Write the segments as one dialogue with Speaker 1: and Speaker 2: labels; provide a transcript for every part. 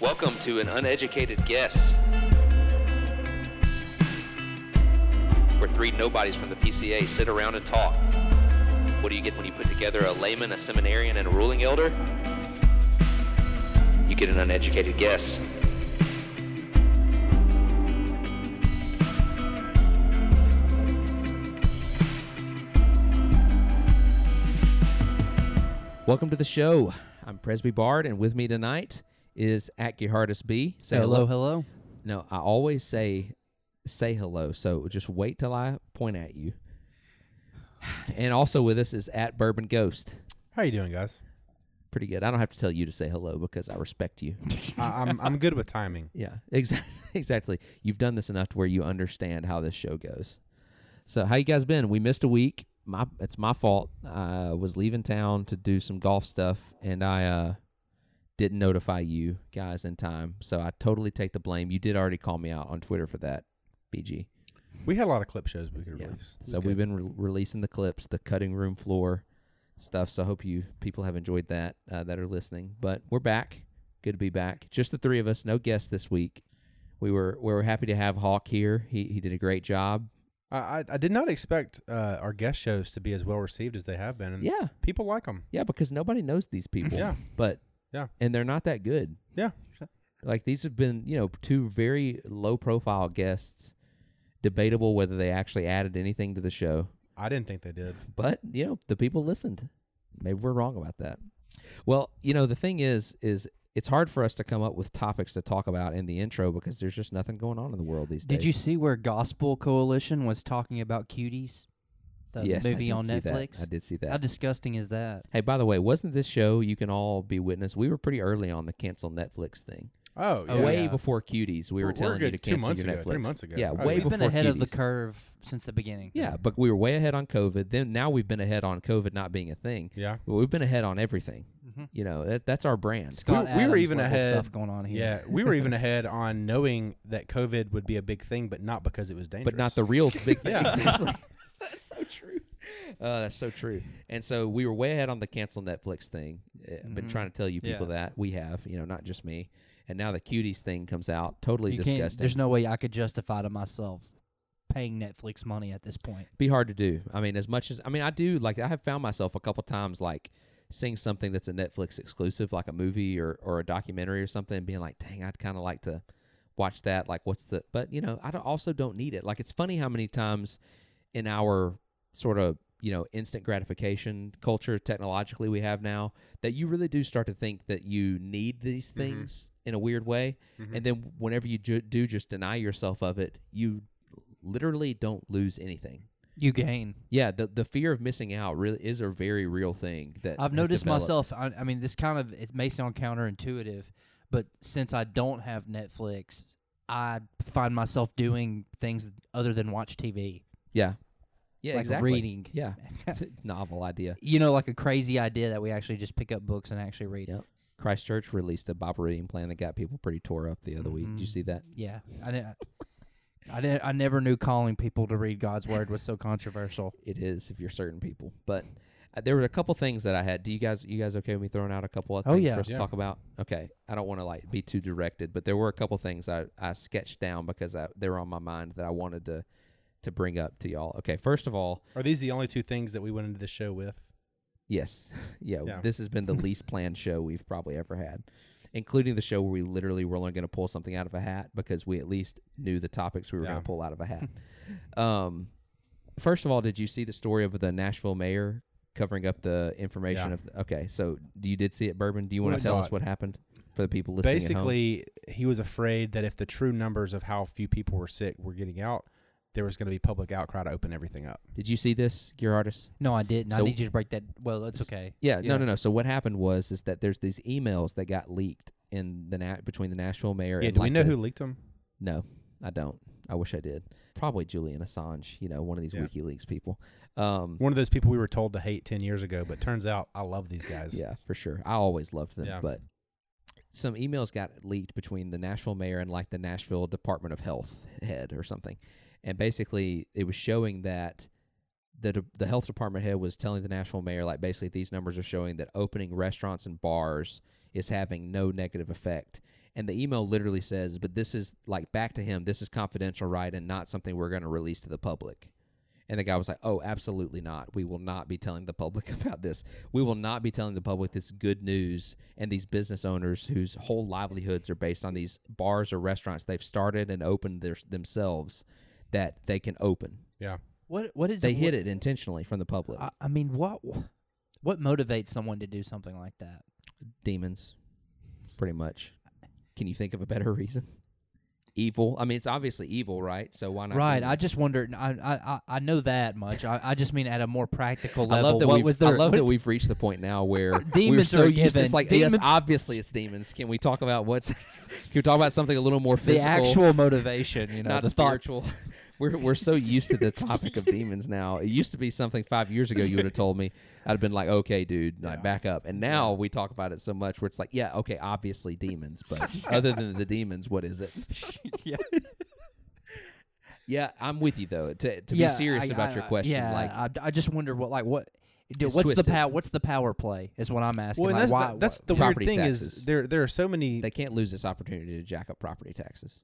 Speaker 1: Welcome to an uneducated guess. Where three nobodies from the PCA sit around and talk. What do you get when you put together a layman, a seminarian, and a ruling elder? You get an uneducated guess. Welcome to the show. I'm Presby Bard, and with me tonight is Aki Hardest B. Say
Speaker 2: hello, hello.
Speaker 1: No, I always say say hello. So just wait till I point at you. And also with us is at Bourbon Ghost.
Speaker 3: How you doing, guys?
Speaker 1: Pretty good. I don't have to tell you to say hello because I respect you.
Speaker 3: I, I'm I'm good with timing.
Speaker 1: yeah, exactly. Exactly. You've done this enough to where you understand how this show goes. So how you guys been? We missed a week. My it's my fault. I was leaving town to do some golf stuff, and I uh, didn't notify you guys in time. So I totally take the blame. You did already call me out on Twitter for that, BG.
Speaker 3: We had a lot of clip shows we could
Speaker 1: Yeah.
Speaker 3: release. It was
Speaker 1: So we've
Speaker 3: good.
Speaker 1: been re- releasing the clips, the cutting room floor stuff. So I hope you people have enjoyed that uh, that are listening. But we're back. Good to be back. Just the three of us. No guests this week. We were we were happy to have Hawk here. He he did a great job.
Speaker 3: I, I I did not expect uh, our guest shows to be as well received as they have been, and
Speaker 1: Yeah,
Speaker 3: people like them.
Speaker 1: yeah. Because nobody knows these people.
Speaker 3: Yeah.
Speaker 1: But
Speaker 3: Yeah.
Speaker 1: and they're not that good.
Speaker 3: Yeah.
Speaker 1: Like these have been you know two very low profile guests. Debatable whether they actually added anything to the show.
Speaker 3: I didn't think they did.
Speaker 1: but you know the people listened maybe we're wrong about that well you know the thing is is it's hard for us to come up with topics to talk about in the intro because there's just nothing going on in the world these
Speaker 2: Did
Speaker 1: days
Speaker 2: you see where Gospel Coalition was talking about cuties? The
Speaker 1: yes, I
Speaker 2: movie
Speaker 1: did
Speaker 2: on
Speaker 1: see that.
Speaker 2: Netflix.
Speaker 1: i did see that
Speaker 2: How disgusting is that?
Speaker 1: hey by the way wasn't this show you can all be witness we were pretty early on the cancel netflix thing
Speaker 3: Oh, yeah.
Speaker 2: Oh,
Speaker 1: way
Speaker 2: yeah.
Speaker 1: before cuties we
Speaker 3: We're-
Speaker 1: were
Speaker 3: we're
Speaker 1: telling you
Speaker 3: good
Speaker 1: to
Speaker 3: two
Speaker 1: cancel
Speaker 3: months
Speaker 1: your
Speaker 3: ago,
Speaker 1: netflix
Speaker 3: three months ago.
Speaker 1: yeah
Speaker 3: Oh,
Speaker 1: way
Speaker 3: yeah.
Speaker 2: We've
Speaker 1: before
Speaker 2: been ahead of the
Speaker 1: Cuties.
Speaker 2: curve since the beginning.
Speaker 1: yeah but we were way ahead on covid then now we've been ahead on covid not being a thing
Speaker 3: Yeah. Mm-hmm.
Speaker 1: Well, we've been ahead on everything
Speaker 2: Mhm.
Speaker 1: you know that, that's our brand
Speaker 2: Scott
Speaker 3: We- we were
Speaker 2: Adams
Speaker 3: even
Speaker 2: level
Speaker 3: ahead-
Speaker 2: stuff going on here.
Speaker 3: Yeah, we were even ahead on knowing that COVID would be a big thing, but not because it was dangerous.
Speaker 1: but not the real big thing.
Speaker 3: Yeah.
Speaker 1: Exactly. that's so true. Uh, that's so true. And so we were way ahead on the cancel Netflix thing. Uh, I've been
Speaker 2: Mhm.
Speaker 1: trying to tell you people
Speaker 2: Yeah.
Speaker 1: that we have, you know, not just me. And now the cuties thing comes out, totally
Speaker 2: You can't,
Speaker 1: disgusting.
Speaker 2: there's no way I could justify to myself paying Netflix money at this point.
Speaker 1: Be hard to do. I mean, as much as I mean, I do like I have found myself a couple times like seeing something that's a Netflix exclusive, like a movie or or a documentary or something, and being like, dang, I'd kind of like to watch that. Like, what's the? But you know, I don't, also don't need it. Like, it's funny how many times in our sort of you know instant gratification culture technologically we have now that you really do start to think that you need these things in a weird way
Speaker 3: Mhm.
Speaker 1: and then whenever you ju- do just deny yourself of it you literally don't lose anything
Speaker 2: You gain.
Speaker 1: yeah the the fear of missing out really is a very real thing that
Speaker 2: I've
Speaker 1: has
Speaker 2: noticed
Speaker 1: developed.
Speaker 2: myself. I, I mean, this kind of it may sound counterintuitive, but since I don't have Netflix, I find myself doing things other than watch TV,
Speaker 1: yeah yeah
Speaker 2: like
Speaker 1: exactly
Speaker 2: reading.
Speaker 1: yeah novel idea
Speaker 2: you know, like a crazy idea that we actually just pick up books and actually read.
Speaker 1: Yep. christchurch released a bible reading plan that got people pretty tore up the other week did you
Speaker 2: Mhm.
Speaker 1: see that
Speaker 2: Yeah, I didn't. I didn't. I never knew calling people to read God's word was so controversial.
Speaker 1: it is if you're certain people. But uh, there were a couple things that I had. Do you guys you guys okay with me throwing out a couple of
Speaker 2: Oh,
Speaker 1: things
Speaker 2: yeah.
Speaker 1: for us
Speaker 3: Yeah.
Speaker 1: to talk about? Okay, I don't want to like be too directed, but there were a couple things I I sketched down because I, they were on my mind that I wanted to to bring up to y'all. Okay, first of all,
Speaker 3: Are these the only two things that we went into the show with?
Speaker 1: yes, yeah,
Speaker 3: Yeah.
Speaker 1: this has been the least planned show we've probably ever had. Including the show where we literally were only going to pull something out of a hat because we at least knew the topics we were
Speaker 3: Yeah.
Speaker 1: going to pull out of a hat. um, first of all, did you see the story of the Nashville mayor covering up the information
Speaker 3: Yeah.
Speaker 1: of? The, okay, so you did see it, Bourbon. Do you want
Speaker 3: Well,
Speaker 1: to
Speaker 3: I
Speaker 1: tell
Speaker 3: saw
Speaker 1: us
Speaker 3: it.
Speaker 1: what happened for the people listening? at home?
Speaker 3: Basically, he was afraid that if the true numbers of how few people were sick were getting out, there was going to be public outcardry to open everything up.
Speaker 1: did you see this, Gerardus?
Speaker 2: No, I didn't.
Speaker 1: So-
Speaker 2: I need you to break that. Well, it's
Speaker 1: S-
Speaker 2: okay.
Speaker 1: Yeah,
Speaker 3: Yeah.
Speaker 1: no, no, no. So what happened was is that there's these emails that got leaked in the na- between the Nashville mayor.
Speaker 3: Yeah,
Speaker 1: and
Speaker 3: do we
Speaker 1: like
Speaker 3: know
Speaker 1: the-
Speaker 3: who leaked them?
Speaker 1: No, I don't. I wish I did. Probably Julian Assange. You know, one of these
Speaker 3: Yeah.
Speaker 1: WikiLeaks people. Um,
Speaker 3: One of those people we were told to hate 10 years ago, but turns out I love these guys.
Speaker 1: Yeah, for sure. I always loved them,
Speaker 3: Yeah.
Speaker 1: but some emails got leaked between the Nashville mayor and like the Nashville Department of Health head or something, and basically it was showing that the de- the health department head was telling the Nashville mayor like basically these numbers are showing that opening restaurants and bars is having no negative effect, And the email literally says, but this is like back to him, this is confidential, right? And not something we're going to release to the public. And the guy was like, oh, absolutely not. We will not be telling the public about this. We will not be telling the public this good news and these business owners whose whole livelihoods are based on these bars or restaurants they've started and opened their, themselves that they can open.
Speaker 3: Yeah.
Speaker 2: What what is Uh,
Speaker 1: They
Speaker 2: what,
Speaker 1: hid it intentionally from the public.
Speaker 2: I, I mean, what what motivates someone to do something like that?
Speaker 1: demons, pretty much. Can you think of a better reason? Evil. I mean, it's obviously evil, right? So why not?
Speaker 2: right. I
Speaker 1: demons?
Speaker 2: just wonder. I I I- I know that much. I, I just mean at a more practical
Speaker 1: I
Speaker 2: level.
Speaker 1: love that
Speaker 2: what
Speaker 1: we've
Speaker 2: was
Speaker 1: I
Speaker 2: their,
Speaker 1: love
Speaker 2: what
Speaker 1: that
Speaker 2: is-
Speaker 1: we've reached the point now where we're
Speaker 2: Demons
Speaker 1: so
Speaker 2: are a
Speaker 1: used. It's
Speaker 2: given.
Speaker 1: like yes,
Speaker 2: Demons-
Speaker 1: obviously it's demons. Can we talk about what's? Can we talk about something a little more
Speaker 2: the
Speaker 1: physical,
Speaker 2: actual motivation. You know,
Speaker 1: not
Speaker 2: the thought
Speaker 1: spiritual? we're we're so used to the topic of demons now. It used to be something five years ago you would have told me. I'd have been like, okay, dude, like
Speaker 2: Yeah.
Speaker 1: back up. And now we talk about it so much where it's like, yeah, okay, obviously demons, but other than the demons, what is it?
Speaker 2: yeah,
Speaker 1: Yeah, I'm with you though. To, to
Speaker 2: Yeah,
Speaker 1: be serious
Speaker 2: I-
Speaker 1: about
Speaker 2: I-
Speaker 1: your
Speaker 2: I-
Speaker 1: question,
Speaker 2: Yeah,
Speaker 1: like
Speaker 2: I, I just wonder what like what. dude,
Speaker 1: It's
Speaker 2: what's the
Speaker 1: twisted.
Speaker 2: power? What's the power play? Is what I'm asking.
Speaker 3: Well, and
Speaker 2: like,
Speaker 3: that's
Speaker 2: why,
Speaker 3: the, that's
Speaker 2: why-
Speaker 3: the
Speaker 2: yeah.
Speaker 3: weird
Speaker 1: Property
Speaker 3: thing
Speaker 1: taxes.
Speaker 3: is there there are so many.
Speaker 1: they can't lose this opportunity to jack up property taxes,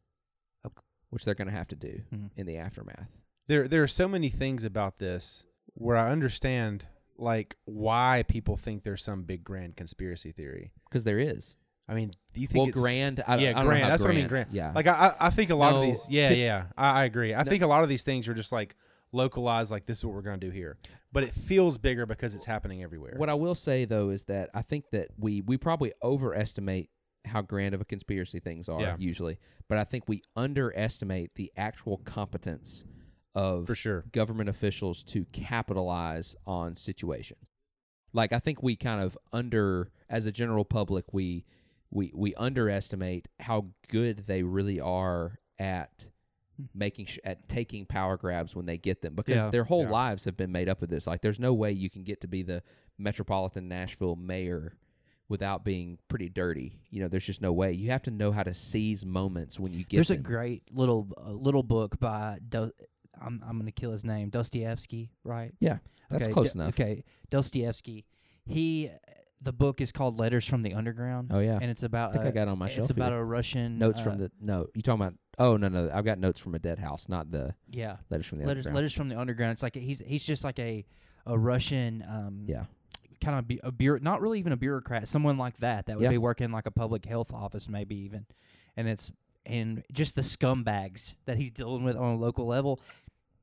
Speaker 2: Okay.
Speaker 1: which they're going to have to do
Speaker 3: Mm-hmm.
Speaker 2: Mhm.
Speaker 1: in the aftermath.
Speaker 3: there there are so many things about this where I understand like why people think there's some big grand conspiracy theory.
Speaker 1: Because there is.
Speaker 3: I mean, do you think
Speaker 1: Well,
Speaker 3: it's,
Speaker 1: grand. I,
Speaker 3: yeah,
Speaker 1: I don't know
Speaker 3: grand.
Speaker 1: how
Speaker 3: That's what I mean, grand.
Speaker 1: Yeah.
Speaker 3: Like I, I I think a lot
Speaker 1: No,
Speaker 3: of these. Yeah,
Speaker 1: to-
Speaker 3: yeah. I, I agree. I
Speaker 1: No.
Speaker 3: think a lot of these things are just like localized. Like this is what we're gonna do here, but it feels bigger because it's happening everywhere.
Speaker 1: what I will say though is that I think that we we probably overestimate how grand of a conspiracy things are
Speaker 3: Yeah.
Speaker 1: usually, but I think we underestimate the actual competence of
Speaker 3: For sure.
Speaker 1: government officials to capitalize on situations. Like I think we kind of under as a general public we we we underestimate how good they really are at making sh- at taking power grabs when they get them because
Speaker 2: Hmm. Yeah.
Speaker 1: their whole
Speaker 3: Yeah.
Speaker 1: lives have been made up of this. Like there's no way you can get to be the metropolitan Nashville mayor without being pretty dirty. You know, there's just no way. You have to know how to seize moments when you get
Speaker 2: There's a
Speaker 1: them.
Speaker 2: great little uh, little book by Do- I'm I'm gonna kill his name Dostoevsky, right?
Speaker 1: Yeah, that's
Speaker 2: okay,
Speaker 1: close
Speaker 2: Do-
Speaker 1: enough.
Speaker 2: Okay, Dostoevsky. He the book is called Letters from the Underground,
Speaker 1: Oh yeah.
Speaker 2: and it's about
Speaker 1: I think
Speaker 2: a,
Speaker 1: I got it on my
Speaker 2: uh, it's
Speaker 1: shelf
Speaker 2: about
Speaker 1: here.
Speaker 2: a Russian
Speaker 1: notes
Speaker 2: uh,
Speaker 1: from the no. You talking about? Oh no no. I've got notes from a dead house, not the
Speaker 2: yeah
Speaker 1: letters from the
Speaker 2: letters
Speaker 1: Underground.
Speaker 2: letters from the underground. It's like he's he's just like a a Russian um,
Speaker 1: Yeah.
Speaker 2: kind of be, a bureau, not really even a bureaucrat, someone like that that would
Speaker 1: Yeah.
Speaker 2: be working like a public health office, maybe even, and it's and just the scumbags that he's dealing with on a local level.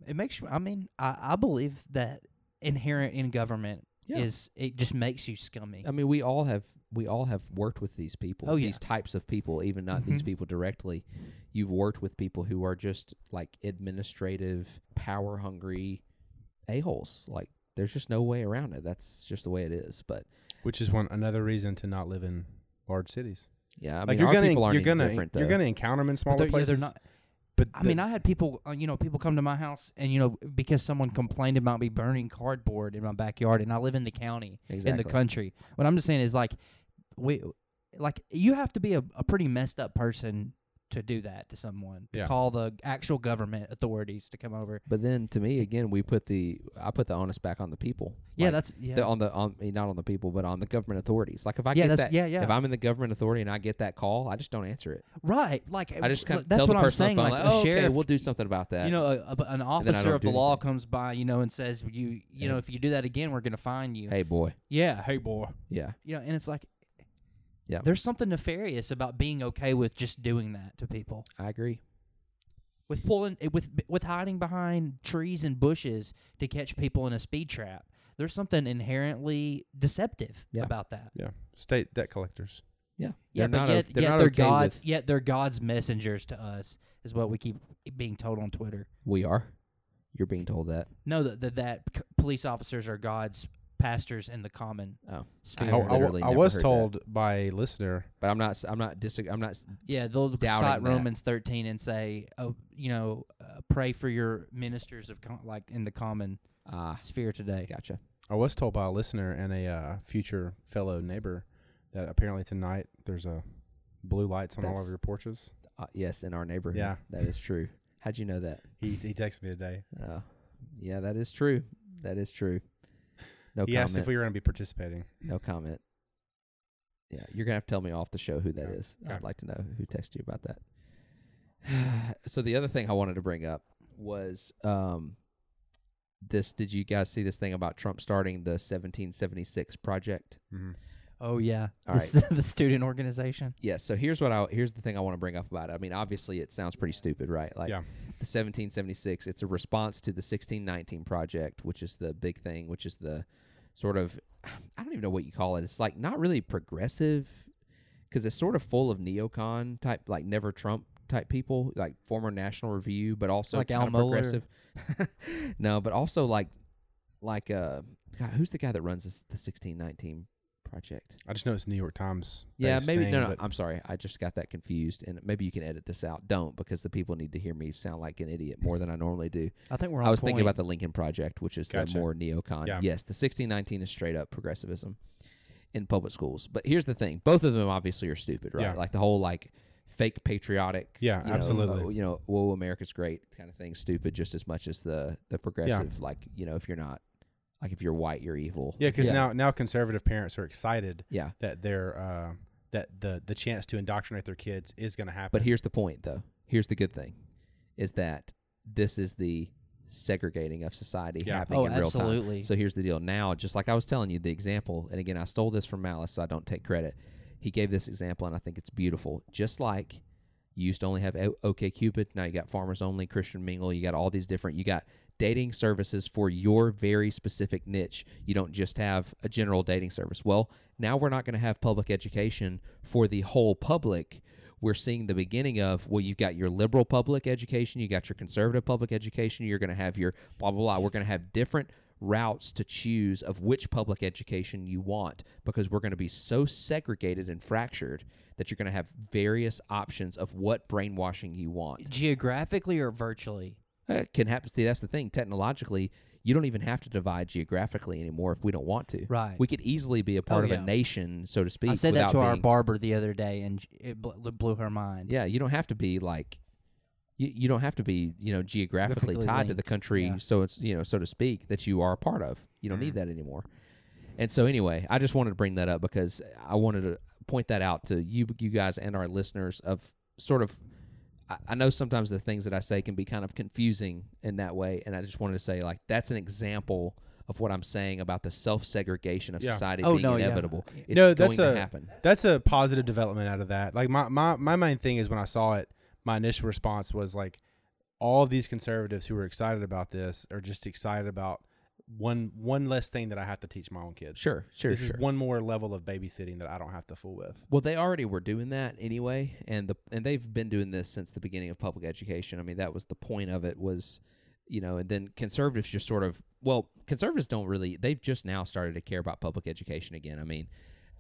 Speaker 2: It makes you. I mean, I, I believe that inherent in government
Speaker 1: Yeah.
Speaker 2: is it just makes you scummy.
Speaker 1: I mean, we all have we all have worked with these people.
Speaker 2: Oh, yeah.
Speaker 1: These types of people, even not these
Speaker 2: Mhm.
Speaker 1: people directly. You've worked with people who are just like administrative, power hungry a holes. Like there's just no way around it. That's just the way it is. But
Speaker 3: Which is one another reason to not live in large cities.
Speaker 1: yeah, I
Speaker 3: like
Speaker 1: mean,
Speaker 3: you're
Speaker 1: our
Speaker 3: gonna
Speaker 1: people aren't
Speaker 3: you're
Speaker 1: any
Speaker 3: gonna
Speaker 1: different.
Speaker 3: you're
Speaker 1: though.
Speaker 3: gonna encounter them in
Speaker 2: But
Speaker 3: smaller
Speaker 2: they're, yeah,
Speaker 3: places.
Speaker 2: they're not.
Speaker 3: But
Speaker 2: I
Speaker 3: the-
Speaker 2: mean, I had people, uh, you know, people come to my house and you know because someone complained about me burning cardboard in my backyard, and I live in the county.
Speaker 1: exactly.
Speaker 2: in the country. What I'm just saying is like we like you have to be a, a pretty messed up person to do that to someone. To
Speaker 3: Yeah.
Speaker 2: call the actual government authorities to come over.
Speaker 1: But then, to me, again, we put the I put the onus back on the people.
Speaker 2: Yeah,
Speaker 1: Like,
Speaker 2: that's yeah.
Speaker 1: the, on the on I mean, not on the people, but on the government authorities. Like if I
Speaker 2: Yeah,
Speaker 1: get
Speaker 2: that's-
Speaker 1: that,
Speaker 2: yeah, yeah.
Speaker 1: if I'm in the government authority and I get that call, I just don't answer it.
Speaker 2: right. Like
Speaker 1: I just kind of
Speaker 2: Eh, that's
Speaker 1: tell
Speaker 2: what
Speaker 1: the
Speaker 2: I'm
Speaker 1: person
Speaker 2: saying.
Speaker 1: on the phone,
Speaker 2: like
Speaker 1: like,
Speaker 2: a
Speaker 1: "Oh,
Speaker 2: sheriff
Speaker 1: okay, we'll do something about that.
Speaker 2: you know, a, a, an
Speaker 1: then I
Speaker 2: officer
Speaker 1: don't
Speaker 2: of the
Speaker 1: do
Speaker 2: law
Speaker 1: anything.
Speaker 2: comes by, you know, and says, "You, you
Speaker 1: Yeah.
Speaker 2: know, if you do that again, we're gonna find you."
Speaker 1: hey boy,
Speaker 2: Yeah, hey boy.
Speaker 1: yeah,
Speaker 2: You know, and it's like,
Speaker 1: Yeah.
Speaker 2: there's something nefarious about being okay with just doing that to people.
Speaker 1: I agree.
Speaker 2: with pulling eh, with with hiding behind trees and bushes to catch people in a speed trap. There's something inherently deceptive
Speaker 1: Yeah.
Speaker 2: about that.
Speaker 3: yeah, state debt collectors.
Speaker 1: Yeah, They're
Speaker 2: Yeah, but
Speaker 1: not o-
Speaker 2: yet,
Speaker 1: they're
Speaker 2: yet
Speaker 1: not
Speaker 2: they're
Speaker 1: okay with-
Speaker 2: God's yet they're God's messengers to us is what we keep being told on Twitter.
Speaker 1: We are. You're being told that.
Speaker 2: No, that that, that c- police officers are God's pastors in the common
Speaker 1: Oh.
Speaker 3: I,
Speaker 1: I
Speaker 2: sphere.
Speaker 1: have
Speaker 3: I-
Speaker 1: literally
Speaker 3: I
Speaker 1: never
Speaker 3: was
Speaker 1: heard that.
Speaker 3: told by a listener.
Speaker 1: But I'm not. s- I'm not. Dis- I'm not. s-
Speaker 2: yeah, they'll
Speaker 1: doubting
Speaker 2: cite
Speaker 1: that.
Speaker 2: Romans 13 and say, oh, you know, uh, pray for your ministers of com- like in the common
Speaker 1: Ah,
Speaker 2: sphere today.
Speaker 1: gotcha.
Speaker 3: I was told by a listener and a uh, future fellow neighbor that apparently tonight there's a blue lights on all of
Speaker 1: That's-
Speaker 3: your porches.
Speaker 1: Uh, yes, in our neighborhood.
Speaker 3: Yeah.
Speaker 1: that is true. How'd you know that?
Speaker 3: He he texted me today.
Speaker 1: Uh, yeah, that is true. That is true. No
Speaker 3: he asked
Speaker 1: comment.
Speaker 3: if we were going to be participating.
Speaker 1: no comment. Yeah, you're gonna have to tell me off the show who that
Speaker 3: Okay.
Speaker 1: is.
Speaker 3: Okay.
Speaker 1: I'd like to know who texted you about that. so the other thing I wanted to bring up was um, this. Did you guys see this thing about Trump starting the 1776 project?
Speaker 3: Mhm.
Speaker 2: Oh yeah,
Speaker 1: All
Speaker 2: the, s- the student organization.
Speaker 1: Yes. so here's what I here's the thing I want to bring up about it. I mean, obviously it sounds pretty stupid, right? Like
Speaker 3: Yeah.
Speaker 1: the 1776, it's a response to the 1619 project, which is the big thing, which is the sort of I don't even know what you call it. It's like not really progressive cuz it's sort of full of neocon type like never Trump type people, like former National Review, but also
Speaker 2: Like Al
Speaker 1: kind
Speaker 2: Mohler?
Speaker 1: progressive. no, but also like like uh God, who's the guy that runs this, the 1619 project?
Speaker 3: I just know it's New York Times.
Speaker 1: Yeah,
Speaker 3: based
Speaker 1: maybe
Speaker 3: thing,
Speaker 1: no, no.
Speaker 3: but-
Speaker 1: I'm sorry, I just got that confused, and maybe you can edit this out. Don't because the people need to hear me sound like an idiot more than I normally do.
Speaker 2: I think we're. On
Speaker 1: I was
Speaker 2: point.
Speaker 1: thinking about the Lincoln Project, which is
Speaker 3: Gotcha.
Speaker 1: the more neocon.
Speaker 3: Yeah.
Speaker 1: Yes, the 1619 is straight up progressivism in public schools. But here's the thing: both of them obviously are stupid, right?
Speaker 3: Yeah.
Speaker 1: Like the whole like fake patriotic.
Speaker 3: Yeah,
Speaker 1: you know,
Speaker 3: absolutely.
Speaker 1: oh, you know, whoa, America's great kind of thing. Stupid just as much as the the progressive. Like you know, if you're not like if you're white, you're evil.
Speaker 3: yeah, because
Speaker 2: Yeah.
Speaker 3: now now conservative parents are excited
Speaker 1: Yeah.
Speaker 3: that their uh, that the the chance to indoctrinate their kids is going to happen.
Speaker 1: But here's the point, though. Here's the good thing, is that this is the segregating of society
Speaker 3: Yeah.
Speaker 1: happening
Speaker 2: Oh,
Speaker 1: in real time.
Speaker 2: absolutely.
Speaker 1: So here's the deal. Now, just like I was telling you, the example, and again, I stole this from Malice, so I don't take credit. He gave this example, and I think it's beautiful. Just like you used to only have O- OK Cupid, now you got Farmers Only, Christian Mingle, you got all these different, you got dating services for your very specific niche. You don't just have a general dating service. Well, now we're not going to have public education for the whole public. We're seeing the beginning of well, you've got your liberal public education, you got your conservative public education, you're going to have your blah blah blah. We're going to have different routes to choose of which public education you want because we're going to be so segregated and fractured that you're going to have various options of what brainwashing you want
Speaker 2: geographically or virtually.
Speaker 1: it can happen. See, that's the thing. Technologically, you don't even have to divide geographically anymore if we don't want to.
Speaker 2: Right.
Speaker 1: We could easily be a part
Speaker 2: Oh,
Speaker 1: of
Speaker 2: yeah.
Speaker 1: a nation, so to speak.
Speaker 2: I said that
Speaker 1: without
Speaker 2: to our
Speaker 1: being-
Speaker 2: barber the other day, and j- it bl- it blew her mind.
Speaker 1: Yeah, you don't have to be like. You, you don't have to be you know geographically
Speaker 2: Geographically
Speaker 1: tied to the
Speaker 2: linked,
Speaker 1: country,
Speaker 2: yeah.
Speaker 1: so it's you know so to speak that you are a part of. You don't need that anymore. And so anyway, I just wanted to bring that up because I wanted to point that out to you you guys and our listeners of sort of I, I know sometimes the things that I say can be kind of confusing in that way, and I just wanted to say like that's an example of what I'm saying about the self segregation of
Speaker 3: Yeah.
Speaker 1: society
Speaker 2: Oh,
Speaker 1: being
Speaker 2: no, yeah.
Speaker 1: inevitable. It's
Speaker 3: No, that's
Speaker 1: going
Speaker 3: a-
Speaker 1: to happen.
Speaker 3: That's a positive development out of that. Like my, my my main thing is when I saw it, my initial response was like, all of these conservatives who are excited about this are just excited about one one less thing that I have to teach my own kids.
Speaker 1: Sure, sure,
Speaker 3: This
Speaker 1: sure.
Speaker 3: is one more level of babysitting that I don't have to fool with.
Speaker 1: Well, they already were doing that anyway, and the and they've been doing this since the beginning of public education. I mean, that was the point of it was, you know, and then conservatives just sort of well, conservatives don't really they've just now started to care about public education again. I mean,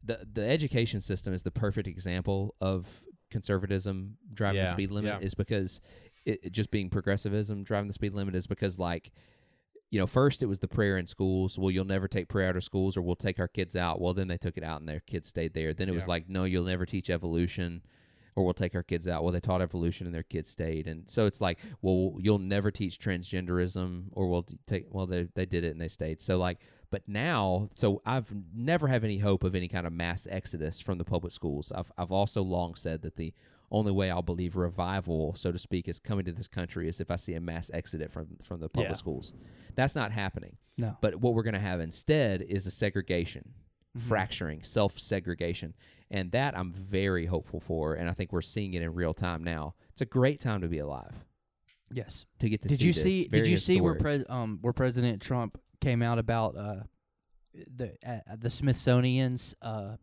Speaker 1: the the education system is the perfect example of conservatism driving the
Speaker 3: Yeah,
Speaker 1: speed limit
Speaker 3: yeah.
Speaker 1: is because it, it just being progressivism driving the speed limit is because like you know, first it was the prayer in schools. Well, you'll never take prayer out of schools, or we'll take our kids out. Well, then they took it out, and their kids stayed there. Then it was
Speaker 3: Yeah.
Speaker 1: like, no, you'll never teach evolution, or we'll take our kids out. Well, they taught evolution, and their kids stayed. And so it's like, well, you'll never teach transgenderism, or we'll t- take. Well, they they did it, and they stayed. So like, but now, so I've never have any hope of any kind of mass exodus from the public schools. I've I've also long said that the only way I'll believe revival, so to speak, is coming to this country is if I see a mass exodus from from the public
Speaker 3: Yeah.
Speaker 1: schools. That's not happening.
Speaker 2: No.
Speaker 1: But what we're going to have instead is a segregation,
Speaker 2: Mhm.
Speaker 1: fracturing, self segregation. And that I'm very hopeful for. And I think we're seeing it in real time now. It's a great time to be alive,
Speaker 2: Yes.
Speaker 1: to get to
Speaker 2: Did
Speaker 1: see
Speaker 2: you
Speaker 1: this.
Speaker 2: see?
Speaker 1: Very
Speaker 2: Did you see where
Speaker 1: historic.
Speaker 2: pres- um where President Trump came out about uh the uh, the Smithsonian's uh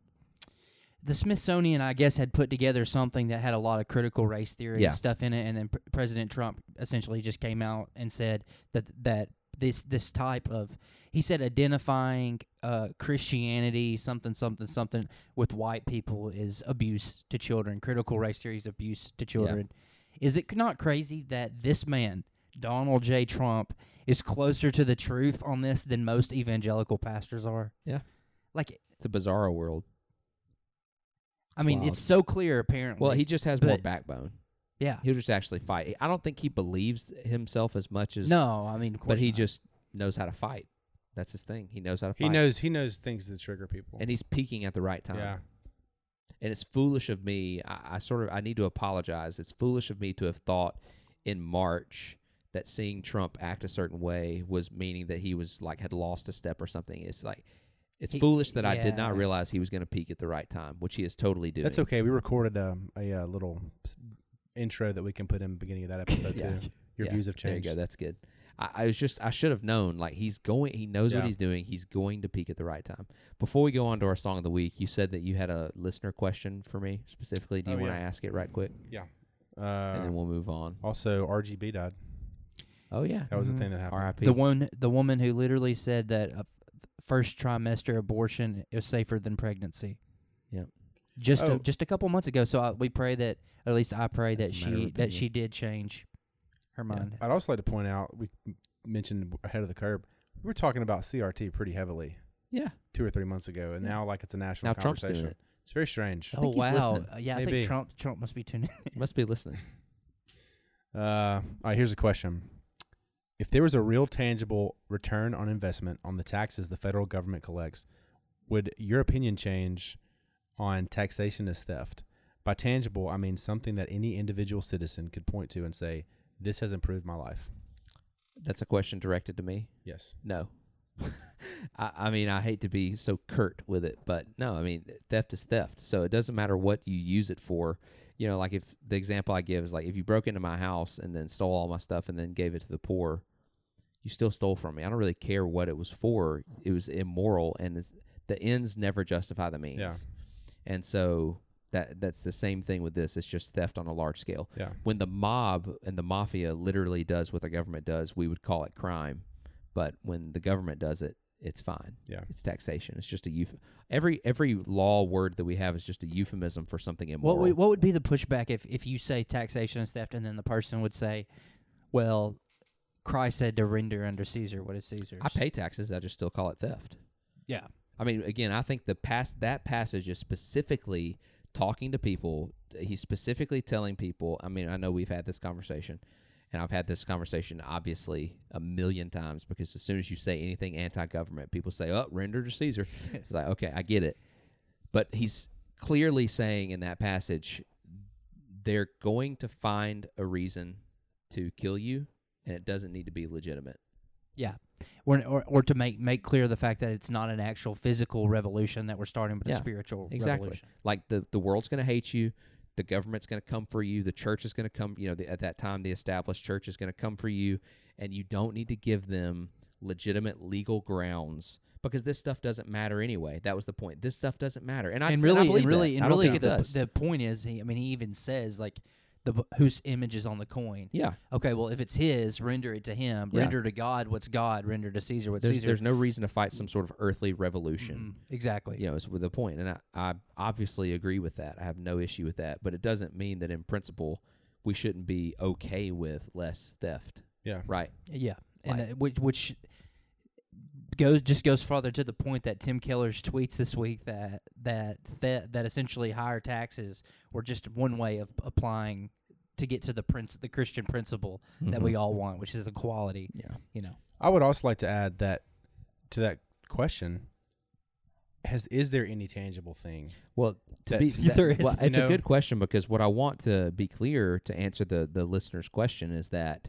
Speaker 2: the Smithsonian I guess had put together something that had a lot of critical race theory
Speaker 1: Yeah.
Speaker 2: and stuff in it, and then pr- President Trump essentially just came out and said that that this this type of he said identifying uh, Christianity something something something with white people is abuse to children. Critical race theory is abuse to children. Is it not crazy that this man Donald J. Trump is closer to the truth on this than most evangelical pastors are?
Speaker 1: Yeah.
Speaker 2: like
Speaker 1: It's a bizarro world.
Speaker 2: I mean,
Speaker 1: wild.
Speaker 2: it's so clear apparently.
Speaker 1: Well, he just has more
Speaker 2: But-
Speaker 1: backbone.
Speaker 2: yeah.
Speaker 1: He'll just actually fight. I don't think he believes himself as much as.
Speaker 2: no, I mean, of
Speaker 1: But
Speaker 2: course
Speaker 1: he
Speaker 2: not.
Speaker 1: just knows how to fight. That's his thing. He knows how to fight.
Speaker 3: He knows he knows things that trigger people.
Speaker 1: And he's peaking at the right time.
Speaker 3: yeah,
Speaker 1: and it's foolish of me. I, I sort of I need to apologize. It's foolish of me to have thought in March that seeing Trump act a certain way was meaning that he was like had lost a step or something. It's like it's
Speaker 2: He-
Speaker 1: foolish that I did not
Speaker 2: yeah.
Speaker 1: realize he was going to peak at the right time, which he is totally doing.
Speaker 3: That's okay. We recorded um, a, uh little s- intro that we can put in the beginning of that episode
Speaker 1: Yeah.
Speaker 3: too. Your
Speaker 1: Yeah.
Speaker 3: views have
Speaker 1: There you
Speaker 3: changed.
Speaker 1: go. That's good. I, I was just I should have known. Like he's going. He knows what
Speaker 3: Yeah.
Speaker 1: he's doing. He's going to peak at the right time. Before we go on to our song of the week, you said that you had a listener question for me specifically. Do you
Speaker 3: Oh,
Speaker 1: want to
Speaker 3: yeah.
Speaker 1: ask it right quick, and
Speaker 3: Uh,
Speaker 1: then we'll move on?
Speaker 3: also, RGB died.
Speaker 1: Oh yeah.
Speaker 3: That was
Speaker 2: Mhm.
Speaker 3: the thing that happened.
Speaker 1: R.I.P.
Speaker 2: The one, the woman who literally said that a first trimester abortion is safer than pregnancy.
Speaker 1: Yep.
Speaker 2: Just
Speaker 3: Oh.
Speaker 2: a, just a couple months ago. So I, we pray that at least I pray
Speaker 1: That's
Speaker 2: that
Speaker 1: a matter of
Speaker 2: she that she
Speaker 1: opinion.
Speaker 2: did change her
Speaker 1: Yeah.
Speaker 2: mind.
Speaker 3: I'd also like to point out we m- mentioned ahead of the curb. We were talking about CRT pretty heavily
Speaker 1: Yeah.
Speaker 3: two or three months ago, and
Speaker 1: Yeah.
Speaker 3: now like it's a national
Speaker 1: Now Trump's
Speaker 3: conversation.
Speaker 1: doing it.
Speaker 3: It's very strange.
Speaker 1: I think he's listening.
Speaker 2: Uh, yeah, I
Speaker 3: Maybe.
Speaker 2: think Trump Trump must be tuning. in.
Speaker 1: Must be listening.
Speaker 3: Uh, all right, here's a question. If there was a real tangible return on investment on the taxes the federal government collects, would your opinion change on taxation as theft? By tangible, I mean something that any individual citizen could point to and say, this has improved my life.
Speaker 1: That's a question directed to me.
Speaker 3: Yes.
Speaker 1: No. I, I mean, I hate to be so curt with it, but no, I mean, theft is theft. So it doesn't matter what you use it for. You know, like if the example I give is like if you broke into my house and then stole all my stuff and then gave it to the poor, you still stole from me. I don't really care what it was for. It was immoral, and it's, the ends never justify the means.
Speaker 3: Yeah.
Speaker 1: And so that that's the same thing with this. It's just theft on a large scale
Speaker 3: Yeah.
Speaker 1: when the mob and the mafia literally does what the government does, we would call it crime. But when the government does it, it's fine.
Speaker 3: Yeah.
Speaker 1: It's taxation. It's just a euf. Every every law word that we have is just a euphemism for something immoral.
Speaker 2: What would, what would be the pushback if, if you say taxation is theft and then the person would say, well, Christ said to render under Caesar what is Caesar's?
Speaker 1: I pay taxes. I just still call it theft.
Speaker 2: Yeah.
Speaker 1: I mean, again, I think the past that passage is specifically talking to people. He's specifically telling people. I mean, I know we've had this conversation, and I've had this conversation obviously a million times because as soon as you say anything anti-government, people say, "Oh, render to Caesar." It's like, okay, I get it, but he's clearly saying in that passage, they're going to find a reason to kill you, and it doesn't need to be legitimate.
Speaker 2: Or, or, or to make, make clear the fact that it's not an actual physical revolution that we're starting, but
Speaker 1: Yeah,
Speaker 2: a spiritual
Speaker 1: exactly.
Speaker 2: revolution.
Speaker 1: like the the world's going to hate you the government's going to come for you the church is going to come you know the, at that time the established church is going to come for you and you don't need to give them legitimate legal grounds because this stuff doesn't matter anyway that was the point this stuff doesn't matter and i,
Speaker 2: and
Speaker 1: said I
Speaker 2: really,
Speaker 1: believe
Speaker 2: and really,
Speaker 1: that.
Speaker 2: and
Speaker 1: I don't
Speaker 2: really
Speaker 1: think it
Speaker 2: the,
Speaker 1: does
Speaker 2: the point is, he, I mean, he even says, like, the, b- whose image is on the coin.
Speaker 1: yeah
Speaker 2: Okay, well, if it's his, render it to him.
Speaker 1: Yeah.
Speaker 2: Render to God what's God. Render to Caesar what's
Speaker 1: there's,
Speaker 2: Caesar.
Speaker 1: there's no reason to fight
Speaker 2: Mm-hmm.
Speaker 1: some sort of earthly revolution
Speaker 2: Mm, exactly.
Speaker 1: you know, it's with a point, and I, I obviously agree with that. I have no issue with that, but it doesn't mean that in principle we shouldn't be okay with less theft,
Speaker 3: Yeah.
Speaker 1: right?
Speaker 2: Yeah, and
Speaker 1: Like-
Speaker 2: uh, which which goes just goes farther to the point that Tim Keller's tweets this week that that that, that essentially higher taxes were just one way of applying to get to the prince the Christian principle that
Speaker 1: Mm-hmm.
Speaker 2: we all want, which is equality.
Speaker 1: yeah.
Speaker 2: You know,
Speaker 3: I would also like to add that to that question has is there any tangible thing?
Speaker 1: Well, to
Speaker 3: that-
Speaker 1: be
Speaker 2: that- There is,
Speaker 1: well,
Speaker 3: you
Speaker 1: it's
Speaker 3: know?
Speaker 1: a good question because what I want to be clear to answer the the listener's question is that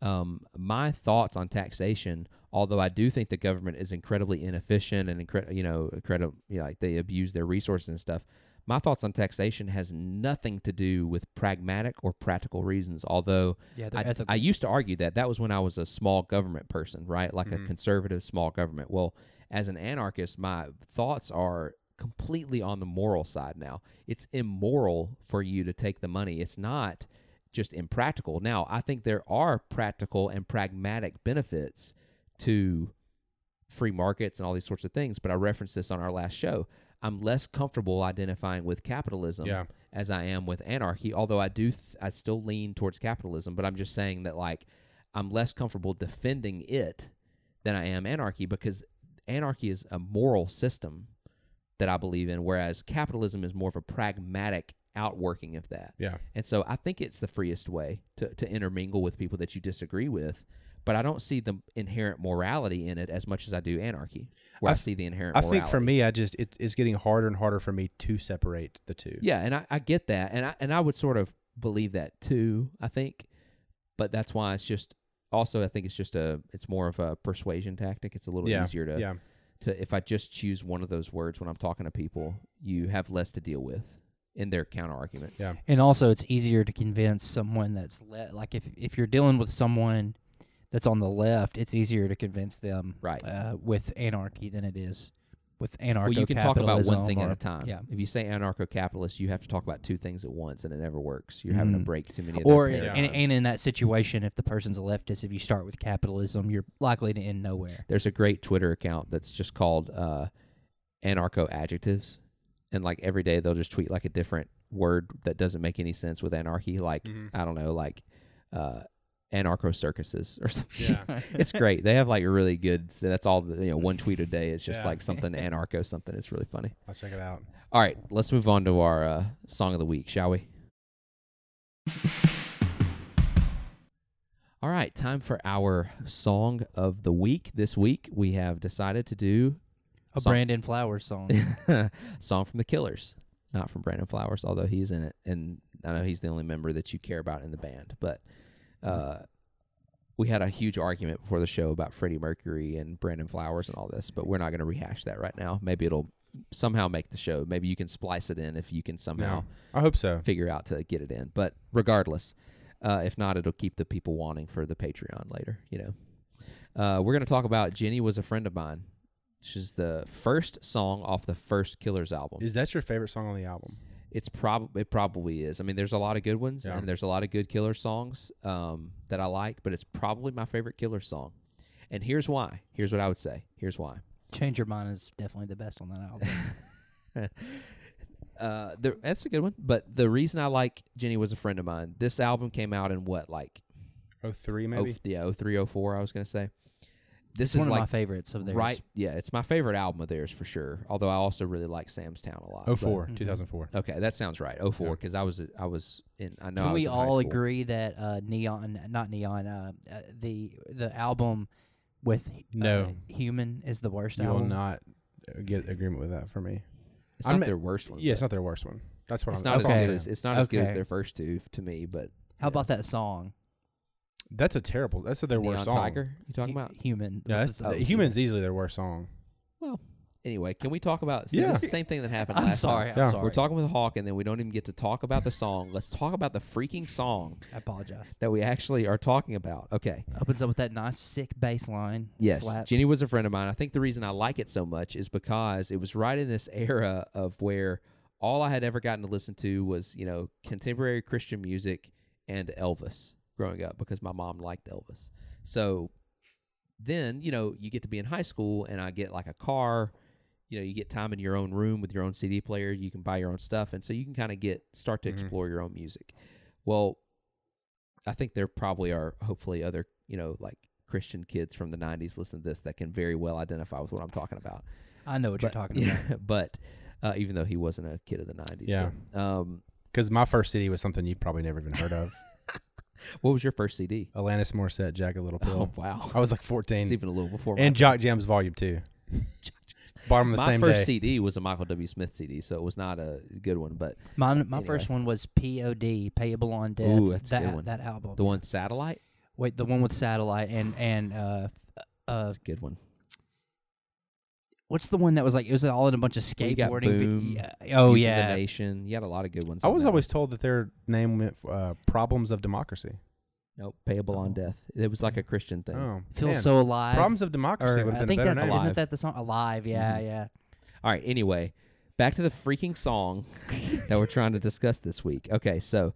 Speaker 1: um, my thoughts on taxation, although I do think the government is incredibly inefficient and incre- you know incredible, you know, like they abuse their resources and stuff. My thoughts on taxation has nothing to do with pragmatic or practical reasons, although
Speaker 2: yeah,
Speaker 1: I, I used to argue that that was when I was a small government person, right? Like a
Speaker 3: Mhm.
Speaker 1: conservative small government. Well, as an anarchist, my thoughts are completely on the moral side now. It's immoral for you to take the money. It's not just impractical. Now, I think there are practical and pragmatic benefits to free markets and all these sorts of things, but I referenced this on our last show. I'm less comfortable identifying with capitalism
Speaker 3: Yeah.
Speaker 1: as I am with anarchy. Although I do, th- I still lean towards capitalism, but I'm just saying that like I'm less comfortable defending it than I am anarchy because anarchy is a moral system that I believe in, whereas capitalism is more of a pragmatic outworking of that.
Speaker 3: Yeah.
Speaker 1: And so I think it's the freest way to, to intermingle with people that you disagree with. but I don't see the inherent morality in it as much as I do anarchy, where
Speaker 3: I
Speaker 1: I,
Speaker 3: f-
Speaker 1: see the inherent.
Speaker 3: I
Speaker 1: morality.
Speaker 3: think for me, I just it, it's getting harder and harder for me to separate the two.
Speaker 1: Yeah, and I, I get that, and I and I would sort of believe that too. I think, but that's why it's just also I think it's just a it's more of a persuasion tactic. It's a little
Speaker 3: Yeah,
Speaker 1: easier to
Speaker 3: yeah.
Speaker 1: to if I just choose one of those words when I'm talking to people, you have less to deal with in their counter arguments.
Speaker 3: Yeah.
Speaker 2: And also, it's easier to convince someone that's le- like if if you're dealing with someone that's on the left, it's easier to convince them
Speaker 1: Right.
Speaker 2: uh, with anarchy than it is with anarcho.
Speaker 1: Well, you can talk about one thing at a time.
Speaker 2: yeah.
Speaker 1: If you say anarcho-capitalist, you have to talk about two things at once, and it never works. You're having to
Speaker 2: Mhm.
Speaker 1: break too many. Of
Speaker 2: Or
Speaker 1: their
Speaker 3: Yeah.
Speaker 2: and, and
Speaker 1: paradigms.
Speaker 2: in that situation, if the person's a leftist, if you start with capitalism, you're likely to end nowhere.
Speaker 1: there's a great Twitter account that's just called uh, anarcho adjectives, and like every day they'll just tweet like a different word that doesn't make any sense with anarchy. Like
Speaker 3: Mhm.
Speaker 2: Mm.
Speaker 1: I don't know, like uh, anarcho circuses or something.
Speaker 3: Yeah.
Speaker 1: it's great. They have like a really good. so That's all. The, you know, one tweet a day is just
Speaker 3: Yeah.
Speaker 1: like something anarcho something. It's really funny.
Speaker 3: I'll check it out.
Speaker 1: All right, let's move on to our uh, song of the week, shall we? All right, time for our song of the week. This week we have decided to do
Speaker 2: A
Speaker 1: Song-
Speaker 2: Brandon Flowers song.
Speaker 1: song from the Killers, not from Brandon Flowers, although he's in it, and I know he's the only member that you care about in the band. But uh, we had a huge argument before the show about Freddie Mercury and Brandon Flowers and all this, but we're not going to rehash that right now. Maybe it'll somehow make the show. Maybe you can splice it in if you can somehow
Speaker 3: I hope so.
Speaker 1: figure out to get it in. But regardless, uh, if not, it'll keep the people wanting for the Patreon later. You know, uh, we're gonna talk about "Jenny Was a Friend of Mine," which is the first song off the first Killers album.
Speaker 3: Is that your favorite song on the album?
Speaker 1: It's probably it probably is. I mean, there's a lot of good ones,
Speaker 3: Yeah.
Speaker 1: and there's a lot of good Killer songs um, that I like, but it's probably my favorite Killer song. And here's why. Here's what I would say. Here's why.
Speaker 2: Change Your Mind is definitely the best on that album.
Speaker 1: Uh, the, that's a good one. But the reason I like Jenny was a friend of mine. This album came out in what, like
Speaker 3: Oh three
Speaker 1: oh,
Speaker 3: maybe.
Speaker 1: yeah, 0304, I was going to say. This
Speaker 2: It's one
Speaker 1: is
Speaker 2: of my
Speaker 1: like
Speaker 2: favorites of theirs.
Speaker 1: right. Yeah, it's my favorite album of theirs for sure. Although I also really like Sam's Town a lot.
Speaker 3: Oh
Speaker 1: but-
Speaker 3: four,
Speaker 2: Mhm.
Speaker 3: two thousand four.
Speaker 1: Okay, that sounds right. Oh four,
Speaker 3: Yeah.
Speaker 1: because I was I was in. I know. I
Speaker 2: Can
Speaker 1: was
Speaker 2: we
Speaker 1: in high
Speaker 2: all
Speaker 1: school.
Speaker 2: agree that uh, Neon, not Neon, uh, uh, the the album with uh,
Speaker 3: No.
Speaker 2: Human is the worst
Speaker 3: You will
Speaker 2: album?
Speaker 3: not uh, get agreement with that for me.
Speaker 1: It's
Speaker 3: I'm-
Speaker 1: not their worst one.
Speaker 3: Yeah, it's
Speaker 1: but
Speaker 3: not their worst one. That's what
Speaker 1: It's
Speaker 3: I'm.
Speaker 1: not as
Speaker 3: that's what I'm
Speaker 1: good
Speaker 3: saying.
Speaker 1: as it's not as good as
Speaker 2: Okay.
Speaker 1: their first two to me. But
Speaker 2: How about that song?
Speaker 3: That's a terrible. That's their worst
Speaker 1: Neon
Speaker 3: song.
Speaker 1: Tiger? You talking
Speaker 2: Hu-
Speaker 1: about?
Speaker 2: Human.
Speaker 3: No,
Speaker 2: What's
Speaker 3: that's,
Speaker 2: the song?
Speaker 3: the- humans easily their worst song.
Speaker 1: Well, anyway, can we talk about? See,
Speaker 3: Yeah.
Speaker 1: this is the same thing that happened.
Speaker 2: I'm
Speaker 1: last time.
Speaker 2: sorry. I'm
Speaker 3: Yeah.
Speaker 2: sorry.
Speaker 1: We're talking with Hawk, and then we don't even get to talk about the song. Let's talk about the freaking song
Speaker 2: I apologize.
Speaker 1: that we actually are talking about. Okay.
Speaker 2: Opens up with that nice sick bass line.
Speaker 1: Yes,
Speaker 2: slap.
Speaker 1: Jenny was a friend of mine. I think the reason I like it so much is because it was right in this era of where all I had ever gotten to listen to was, you know, contemporary Christian music and Elvis growing up because my mom liked Elvis. So then, you know, you get to be in high school and I get like a car, you know, you get time in your own room with your own CD player, you can buy your own stuff and so you can kind of get start to
Speaker 3: Mhm.
Speaker 1: explore your own music. Well, I think there probably are hopefully other, you know, like Christian kids from the 90s listen to this that can very well identify with what I'm talking about.
Speaker 2: I know what you're
Speaker 1: but,
Speaker 2: talking about.
Speaker 1: but uh, even though he wasn't a kid of the 90s.
Speaker 3: Yeah.
Speaker 1: but, um,
Speaker 3: Because my first CD was something you've probably never even heard of.
Speaker 1: what was your first CD?
Speaker 3: Alanis Morissette, Jack a Little Pill.
Speaker 1: Oh, wow.
Speaker 3: I was like
Speaker 1: It's
Speaker 3: 14.
Speaker 1: even a little before my
Speaker 3: And Jock Jams Volume 2. Bought them the
Speaker 1: my
Speaker 3: same
Speaker 1: first
Speaker 3: day.
Speaker 1: CD was a Michael W. Smith CD, so it was not a good one, but
Speaker 2: My my
Speaker 1: Anyway.
Speaker 2: first one was POD, Payable on Death.
Speaker 1: Ooh, that's a
Speaker 2: that
Speaker 1: good one.
Speaker 2: that album.
Speaker 1: the one Satellite,
Speaker 2: Wait, the one with Satellite and and uh uh
Speaker 1: that's a good one.
Speaker 2: what's the one that was like it was all in a bunch of
Speaker 1: Well, you got
Speaker 2: skateboarding. vid-
Speaker 1: Boom,
Speaker 2: yeah. Oh
Speaker 1: You From
Speaker 2: yeah.
Speaker 1: The Nation. You had a lot of good ones.
Speaker 3: I
Speaker 1: on
Speaker 3: was
Speaker 1: that
Speaker 3: always told that their name meant uh, Problems of Democracy.
Speaker 1: one. Nope, Payable on
Speaker 2: Oh.
Speaker 1: Death. It was like a Christian thing.
Speaker 3: Oh,
Speaker 2: Feel
Speaker 3: man.
Speaker 2: so alive.
Speaker 3: Problems of Democracy
Speaker 2: Or
Speaker 3: would
Speaker 2: I
Speaker 3: have been
Speaker 2: think
Speaker 3: a better
Speaker 2: that's
Speaker 3: name.
Speaker 1: Alive.
Speaker 2: isn't that the song Alive? Yeah,
Speaker 1: Mhm.
Speaker 2: yeah.
Speaker 1: All right. Anyway, back to the freaking song that we're trying to discuss this week. Okay, so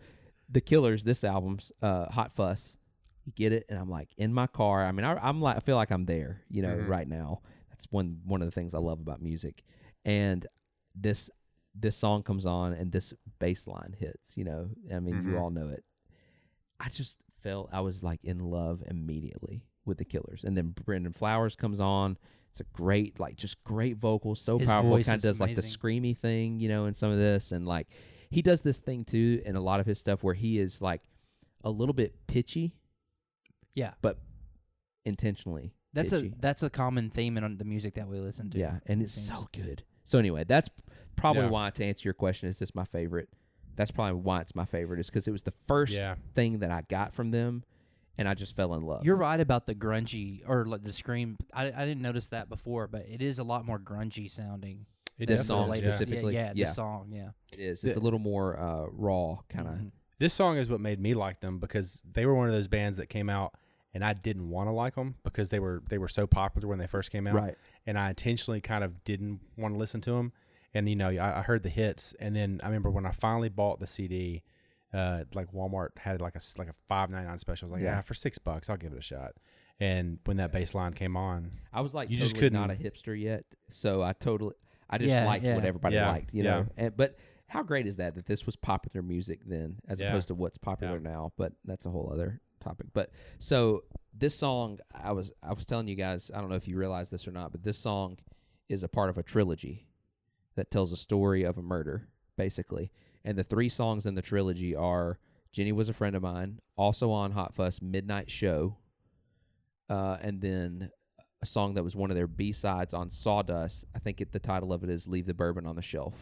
Speaker 1: the Killers, this album's uh, "Hot Fuss." You get it, and I'm like in my car. I mean, I, I'm like, I feel like I'm there, you know,
Speaker 3: Mhm.
Speaker 1: right now. That's one one of the things I love about music, and this this song comes on, and this bass line hits. You know, I mean, you
Speaker 3: Mhm.
Speaker 1: all know it. I just felt I was like in love immediately with the Killers, and then Brendan Flowers comes on. It's a great, like, just great vocals, so
Speaker 2: His
Speaker 1: powerful. It
Speaker 2: voice
Speaker 1: kind of
Speaker 2: is
Speaker 1: does like the
Speaker 2: amazing.
Speaker 1: screamy thing, you know, in some of this, and like he does this thing too in a lot of his stuff where he is like a little bit pitchy,
Speaker 2: Yeah.
Speaker 1: but intentionally.
Speaker 2: That's
Speaker 1: bitchy.
Speaker 2: a that's a common theme in uh, the music that we listen to.
Speaker 1: yeah, and
Speaker 2: it
Speaker 1: it's
Speaker 2: seems.
Speaker 1: so good. So anyway, that's probably
Speaker 3: Yeah.
Speaker 1: why to answer your question is this my favorite. That's probably why it's my favorite is because it was the first
Speaker 3: Yeah.
Speaker 1: thing that I got from them, and I just fell in love.
Speaker 2: You're right about the grungy or like the scream. I, I didn't notice that before, but it is a lot more grungy sounding.
Speaker 3: It
Speaker 1: This
Speaker 3: definitely
Speaker 1: song
Speaker 3: is,
Speaker 2: Like,
Speaker 3: yeah.
Speaker 1: specific- specifically?
Speaker 2: yeah, yeah,
Speaker 1: Yeah.
Speaker 2: the song, yeah.
Speaker 1: it is. It's
Speaker 3: the-
Speaker 1: a little more uh, raw kind of.
Speaker 2: Mhm.
Speaker 3: This song is what made me like them because they were one of those bands that came out and I didn't want to like them because they were they were so popular when they first came out. and I intentionally kind of didn't want to listen to them. And you know, I, I heard the hits, and then I remember when I finally bought the CD, uh, like Walmart had like a s- like a five ninety nine special. I was like,
Speaker 1: Yeah.
Speaker 3: yeah, for six bucks, I'll give it a shot. And when that bass line came on,
Speaker 1: I was like
Speaker 3: You
Speaker 1: totally
Speaker 3: just
Speaker 1: not a hipster yet, so I totally I just
Speaker 2: Yeah,
Speaker 1: liked what
Speaker 2: yeah.
Speaker 1: everybody
Speaker 3: Yeah,
Speaker 1: liked, you
Speaker 3: yeah.
Speaker 1: know. And but how great is that that this was popular music then as
Speaker 3: Yeah.
Speaker 1: opposed to what's popular now, but that's a whole other topic. But so this song I was I was telling you guys, I don't know if you realize this or not, but this song is a part of a trilogy that tells a story of a murder basically. And the three songs in the trilogy are Jenny was a friend of mine, also on Hot Fuss Midnight Show, uh, and then a song that was one of their B sides on Sawdust. I think it, the title of it is "Leave the Bourbon on the Shelf."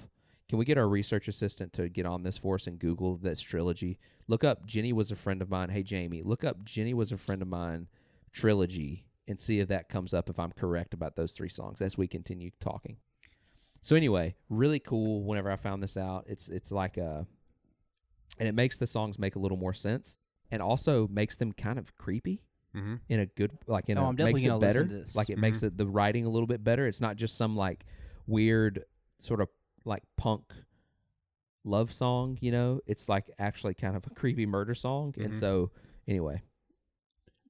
Speaker 1: Can we get our research assistant to get on this for us and Google this trilogy? Look up "Jenny was a friend of mine." Hey Jamie, look up "Jenny was a friend of mine" trilogy and see if that comes up. If I'm correct about those three songs, as we continue talking. So anyway, really cool. Whenever I found this out, it's it's like a, and it makes the songs make a little more sense, and also makes them kind of creepy
Speaker 3: mm-hmm.
Speaker 1: in a good like in
Speaker 2: Oh,
Speaker 1: a,
Speaker 2: I'm definitely
Speaker 1: makes it
Speaker 2: gonna listen
Speaker 1: better.
Speaker 2: to this.
Speaker 1: Like it makes
Speaker 3: Mhm.
Speaker 1: it the writing a little bit better. It's not just some like weird sort of like punk love song, you know. It's like actually kind of a creepy murder song. And
Speaker 3: Mhm.
Speaker 1: so anyway,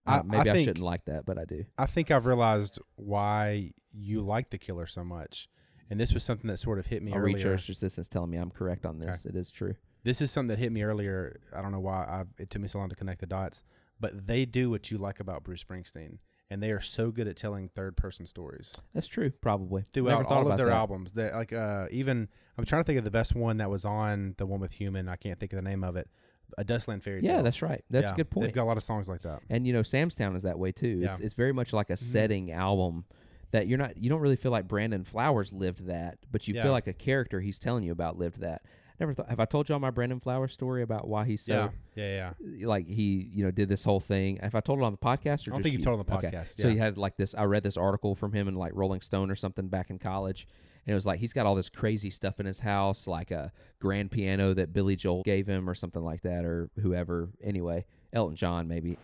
Speaker 3: I-
Speaker 1: uh, maybe
Speaker 3: I
Speaker 1: I,
Speaker 3: think-
Speaker 1: shouldn't like that, but I do.
Speaker 3: I think I've realized why you like the Killer so much. And this was something that sort of hit me
Speaker 1: Our
Speaker 3: earlier.
Speaker 1: research assistant's telling me I'm correct on
Speaker 3: Okay.
Speaker 1: this. It is true.
Speaker 3: This is something that hit me earlier. I don't know why I, it took me so long to connect the dots, but they do what you like about Bruce Springsteen, and they are so good at telling third person stories.
Speaker 1: That's true, probably. Never
Speaker 3: throughout
Speaker 1: thought
Speaker 3: all
Speaker 1: about
Speaker 3: of their
Speaker 1: that.
Speaker 3: albums. They like uh, even I'm trying to think of the best one that was on the one with Human. I can't think of the name of it. A Dustland Fairy Tale.
Speaker 1: Yeah, that's right. That's
Speaker 3: Yeah,
Speaker 1: a good point.
Speaker 3: They've got a lot of songs like that.
Speaker 1: and you know sam's town is that way too
Speaker 3: Yeah. Mm-hmm.
Speaker 1: it's, it's very much like a setting album that you're not you don't really feel like brandon flowers lived that but you
Speaker 3: Yeah.
Speaker 1: feel like a character he's telling you about lived that never thought have i told y'all my brandon flowers story about why he's so eh,
Speaker 3: yeah, yeah.
Speaker 1: like he you know did this whole thing if i told it on the podcast or
Speaker 3: I
Speaker 1: just
Speaker 3: don't think
Speaker 1: you
Speaker 3: you've told on the
Speaker 1: Okay.
Speaker 3: podcast,
Speaker 1: so
Speaker 3: yeah.
Speaker 1: you had like this i read this article from him in like rolling stone or something back in college and it was like he's got all this crazy stuff in his house like a grand piano that billy joel gave him or something like that or whoever anyway elton john maybe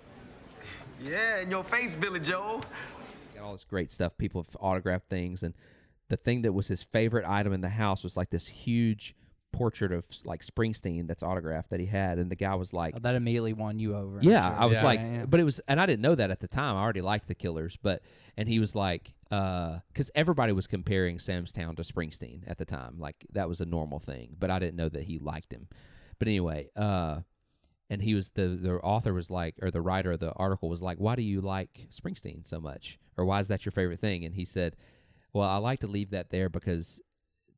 Speaker 4: Yeah, in your face, Billy Joel.
Speaker 1: got all this great stuff. People have autographed things, and the thing that was his favorite item in the house was like this huge portrait of like Springsteen that's autographed that he had, and the guy was like,
Speaker 2: Oh, that immediately won you over. I'm
Speaker 1: yeah,
Speaker 2: sure.
Speaker 1: I was
Speaker 3: Yeah.
Speaker 1: like,
Speaker 2: Yeah, yeah.
Speaker 1: but it was, and I didn't know that at the time. I already liked the Killers, but and he was like, because everybody was comparing Sam's Town to Springsteen at the time, like that was a normal thing. But I didn't know that he liked him. But anyway, uh, and he was the the author was like, or the writer of the article was like, why do you like Springsteen so much, or why is that your favorite thing? And he said, well, I like to leave that there because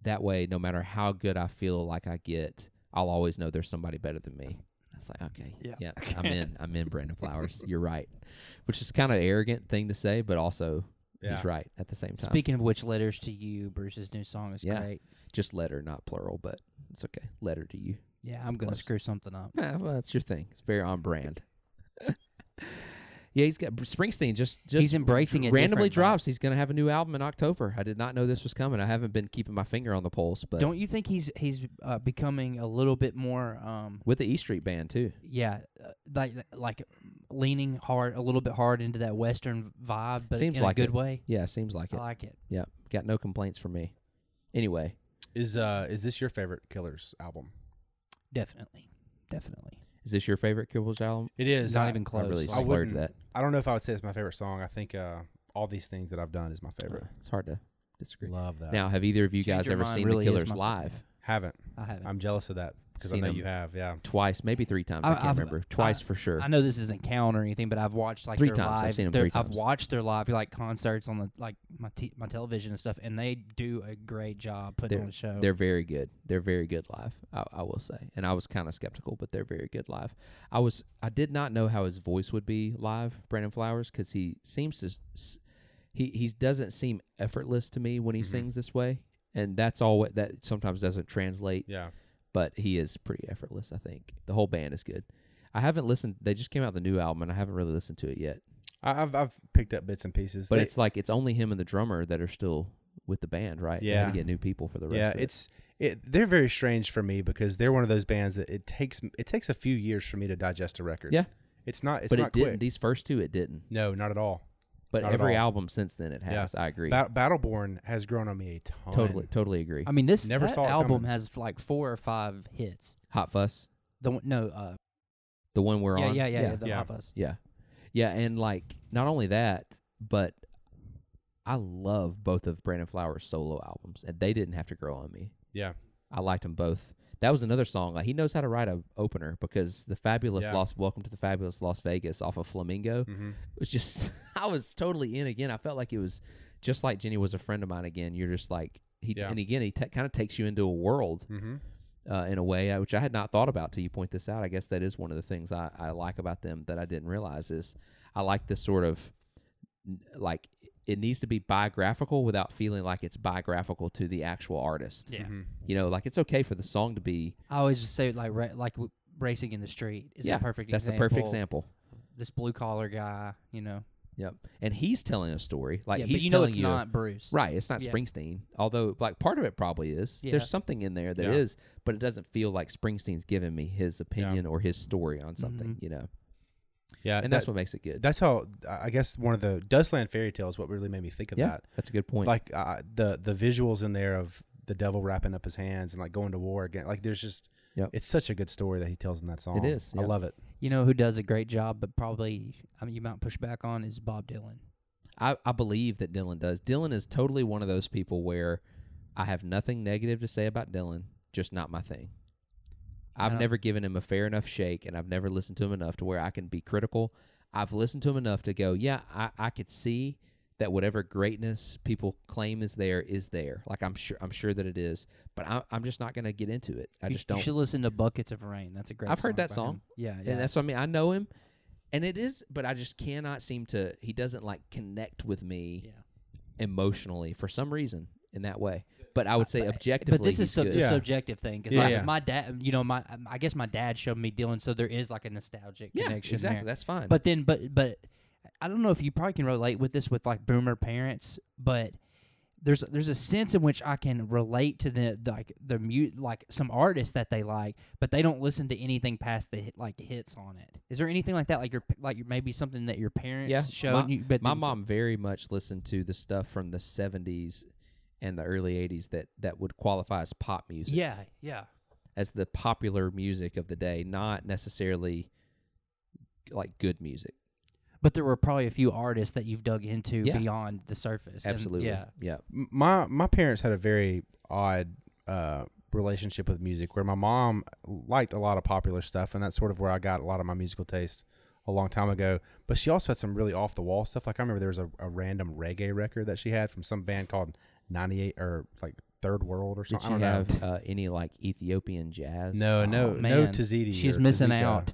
Speaker 1: that way, no matter how good I feel like I get, I'll always know there's somebody better than me. I was like, okay, yeah,
Speaker 2: Yeah.
Speaker 1: I'm in, I'm in Brandon Flowers. You're right, which is kind of arrogant thing to say, but also
Speaker 3: Yeah.
Speaker 1: he's right at the same time.
Speaker 2: Speaking of which, letters to you, Bruce's new song is
Speaker 1: Yeah.
Speaker 2: great.
Speaker 1: Just letter, not plural, but it's okay. Letter to you.
Speaker 2: Yeah, I'm gonna
Speaker 1: Close.
Speaker 2: screw something up.
Speaker 1: Yeah, Ah, well, that's your thing. It's very on brand. yeah, he's got Springsteen. Just, just
Speaker 2: He's embracing it.
Speaker 1: randomly
Speaker 2: different,
Speaker 1: drops. He's gonna have a new album in October. I did not know this was coming. I haven't been keeping my finger on the pulse,
Speaker 2: but
Speaker 1: but
Speaker 2: Don't you think he's he's uh, becoming a little bit more um
Speaker 1: with the E Street Band too.
Speaker 2: yeah uh, like like leaning hard a little bit hard into that western vibe, but
Speaker 1: Seems
Speaker 2: in
Speaker 1: like
Speaker 2: a good
Speaker 1: it.
Speaker 2: way.
Speaker 1: Yeah, seems like
Speaker 2: I
Speaker 1: it.
Speaker 2: like it.
Speaker 1: Yeah, got no complaints from me. Anyway,
Speaker 3: Is uh is this your favorite Killers album?
Speaker 2: Definitely, definitely.
Speaker 1: is this your favorite Killers album?
Speaker 3: It is.
Speaker 2: Not
Speaker 3: I,
Speaker 2: even close. uh,
Speaker 1: I really
Speaker 3: I
Speaker 1: slurred
Speaker 3: wouldn't-
Speaker 1: that.
Speaker 3: I don't know if I would say it's my favorite song. I think uh all these things that I've done is my favorite.
Speaker 1: Uh, it's hard to disagree.
Speaker 3: Love that.
Speaker 1: Now, have either of you
Speaker 2: Change
Speaker 1: guys
Speaker 2: Your
Speaker 1: ever
Speaker 2: Mind
Speaker 1: seen
Speaker 2: really
Speaker 1: the
Speaker 2: is
Speaker 1: Killers
Speaker 2: my
Speaker 1: live?
Speaker 2: favorite.
Speaker 3: haven't.
Speaker 2: I haven't.
Speaker 3: I'm jealous of that because I
Speaker 1: uh, Seen
Speaker 3: know
Speaker 1: 'em.
Speaker 3: you have. Yeah.
Speaker 1: twice, maybe three times. I,
Speaker 2: I-
Speaker 1: can't
Speaker 2: I've-
Speaker 1: remember. Twice
Speaker 2: I-
Speaker 1: for sure.
Speaker 2: I know this isn't count or anything, but I've watched like
Speaker 1: Three
Speaker 2: their
Speaker 1: times. I've
Speaker 2: live.
Speaker 1: seen 'em
Speaker 2: their-
Speaker 1: three
Speaker 2: I've
Speaker 1: times.
Speaker 2: watched their live like concerts on the like my t- my television and stuff, and they do a great job putting
Speaker 1: They're-
Speaker 2: on a show.
Speaker 1: They're very good. They're very good live. I, I will say, and I was kind of skeptical, but they're very good live. I was I did not know how his voice would be live, Brandon Flowers, because he seems to s- s- he he doesn't seem effortless to me when
Speaker 3: Mm-hmm.
Speaker 1: he sings this way, and that's all what- that sometimes doesn't translate.
Speaker 3: Yeah.
Speaker 1: But he is pretty effortless. I think the whole band is good. I haven't listened. They just came out with the new album, and I haven't really listened to it yet.
Speaker 3: I, I've I've picked up bits and pieces.
Speaker 1: But
Speaker 3: They-
Speaker 1: it's like it's only him and the drummer that are still with the band, right? They had
Speaker 3: Yeah.
Speaker 1: to get new people for the rest.
Speaker 3: yeah,
Speaker 1: of it.
Speaker 3: it's it. They're very strange for me because they're one of those bands that it takes it takes a few years for me to digest a record.
Speaker 1: Yeah.
Speaker 3: It's not. It's
Speaker 1: but
Speaker 3: not
Speaker 1: it didn't.
Speaker 3: quick.
Speaker 1: These first two, it didn't.
Speaker 3: no, not at all.
Speaker 1: But
Speaker 3: Not at
Speaker 1: every
Speaker 3: all.
Speaker 1: album since then, it
Speaker 3: Yeah.
Speaker 1: has. I agree.
Speaker 3: Ba- Battleborn has grown on me a
Speaker 2: Oh,
Speaker 3: ton.
Speaker 1: totally, totally agree.
Speaker 2: I mean, this
Speaker 3: Never
Speaker 2: that
Speaker 3: saw it
Speaker 2: album
Speaker 3: coming.
Speaker 2: has like four or five hits.
Speaker 1: Hot Fuss,
Speaker 2: The one, no, uh,
Speaker 1: the one we're
Speaker 2: yeah,
Speaker 1: on.
Speaker 2: yeah, yeah, yeah, the
Speaker 3: Yeah.
Speaker 2: Hot Fuzz.
Speaker 1: yeah, yeah, and like not only that, but I love both of Brandon Flowers' solo albums, and they didn't have to grow on me.
Speaker 3: Yeah.
Speaker 1: I liked them both. That was another song. Like he knows how to write a opener because the fabulous
Speaker 3: Yeah.
Speaker 1: Las Welcome to the Fabulous Las Vegas off of Flamingo
Speaker 3: Mm-hmm.
Speaker 1: was just I was totally in again. I felt like it was just like Jenny was a friend of mine again. You're just like he
Speaker 3: Yeah.
Speaker 1: and again he t- kind of takes you into a world
Speaker 3: Mm-hmm.
Speaker 1: uh, in a way uh, which I had not thought about till you point this out. I guess that is one of the things I, I like about them that I didn't realize is I like this sort of n- like it needs to be biographical without feeling like it's biographical to the actual artist.
Speaker 2: Yeah.
Speaker 3: Mm-hmm.
Speaker 1: You know, like it's okay for the song to be
Speaker 2: I always just say like ra- like w- racing in the street is
Speaker 1: yeah,
Speaker 2: a perfect.
Speaker 1: That's
Speaker 2: example.
Speaker 1: the perfect example.
Speaker 2: This blue collar guy, you know,
Speaker 1: Yep. And he's telling a story. Like
Speaker 2: yeah,
Speaker 1: he's
Speaker 2: but you know
Speaker 1: telling
Speaker 2: it's
Speaker 1: you
Speaker 2: not Bruce,
Speaker 1: Right, it's not
Speaker 2: Yeah.
Speaker 1: Springsteen. Although, like, part of it probably is.
Speaker 2: Yeah.
Speaker 1: There's something in there that is,
Speaker 3: Yeah.
Speaker 1: but it doesn't feel like Springsteen's giving me his opinion or his story on something,
Speaker 2: Mm-hmm.
Speaker 1: you know.
Speaker 3: Yeah.
Speaker 2: Uh,
Speaker 1: And that's what makes it good.
Speaker 3: that's how I guess one of the Dustland fairy tales. What really made me think of
Speaker 1: yeah,
Speaker 3: that.
Speaker 1: that's a good point.
Speaker 3: Like uh, the the visuals in there of the devil wrapping up his hands and like going to war again. Like there's just
Speaker 1: Yep.
Speaker 3: it's such a good story that he tells in that song.
Speaker 1: is,
Speaker 3: I
Speaker 1: yeah.
Speaker 3: love it.
Speaker 2: You know who does a great job, but probably I mean, you might push back on is Bob Dylan.
Speaker 1: I, I believe that Dylan does. Dylan is totally one of those people where I have nothing negative to say about Dylan, just not my thing. I've
Speaker 2: don't-
Speaker 1: never given him a fair enough shake, and I've never listened to him enough to where I can be critical. I've listened to him enough to go, yeah, I, I could see that whatever greatness people claim is there is there. Like I'm sure, I'm sure that it is, but I, I'm just not going to get into it. I
Speaker 2: you,
Speaker 1: just don't.
Speaker 2: You should listen to Buckets of Rain. That's a great.
Speaker 1: I've heard
Speaker 2: song
Speaker 1: that
Speaker 2: by
Speaker 1: song.
Speaker 2: him. Yeah, yeah.
Speaker 1: And that's what I mean. I know him, and it is, but I just cannot seem to. He doesn't like connect with me
Speaker 2: yeah.
Speaker 1: emotionally for some reason in that way. But I would say objectively,
Speaker 2: But this is
Speaker 1: he's
Speaker 2: sub-
Speaker 1: good.
Speaker 2: the
Speaker 3: Yeah.
Speaker 2: subjective thing because
Speaker 3: Yeah,
Speaker 2: like,
Speaker 3: yeah.
Speaker 2: my dad, you know, my I guess my dad showed me Dylan, so there is like a nostalgic
Speaker 1: Yeah,
Speaker 2: connection
Speaker 1: exactly.
Speaker 2: there.
Speaker 1: That's fine.
Speaker 2: But then, but but I don't know if you probably can relate with this with like boomer parents, but there's there's a sense in which I can relate to the, the like the mute like some artists that they like, but they don't listen to anything past the hit, like hits on it. Is there anything like that? Like your like your maybe something that your parents
Speaker 1: yeah,
Speaker 2: showed
Speaker 1: my,
Speaker 2: you, but
Speaker 1: my
Speaker 2: then-
Speaker 1: mom very much listened to the stuff from the '70s and the early '80s that that would qualify as pop music,
Speaker 2: Yeah, yeah.
Speaker 1: as the popular music of the day, not necessarily like good music.
Speaker 2: But there were probably a few artists that you've dug into
Speaker 1: Yeah.
Speaker 2: beyond the surface. and-
Speaker 1: Absolutely,
Speaker 2: yeah.
Speaker 1: yeah.
Speaker 3: M- my my parents had a very odd uh, relationship with music where my mom liked a lot of popular stuff and that's sort of where I got a lot of my musical taste a long time ago but she also had some really off the wall stuff like I remember there was a, a random reggae record that she had from some band called 98 or like Third World or
Speaker 1: Did
Speaker 3: something
Speaker 1: you
Speaker 3: I don't
Speaker 1: have
Speaker 3: know
Speaker 1: uh, any like Ethiopian jazz?
Speaker 3: no no
Speaker 2: Oh,
Speaker 3: no
Speaker 2: man.
Speaker 3: Tazidi
Speaker 2: She's
Speaker 3: or
Speaker 2: missing
Speaker 3: Tazika.
Speaker 2: out.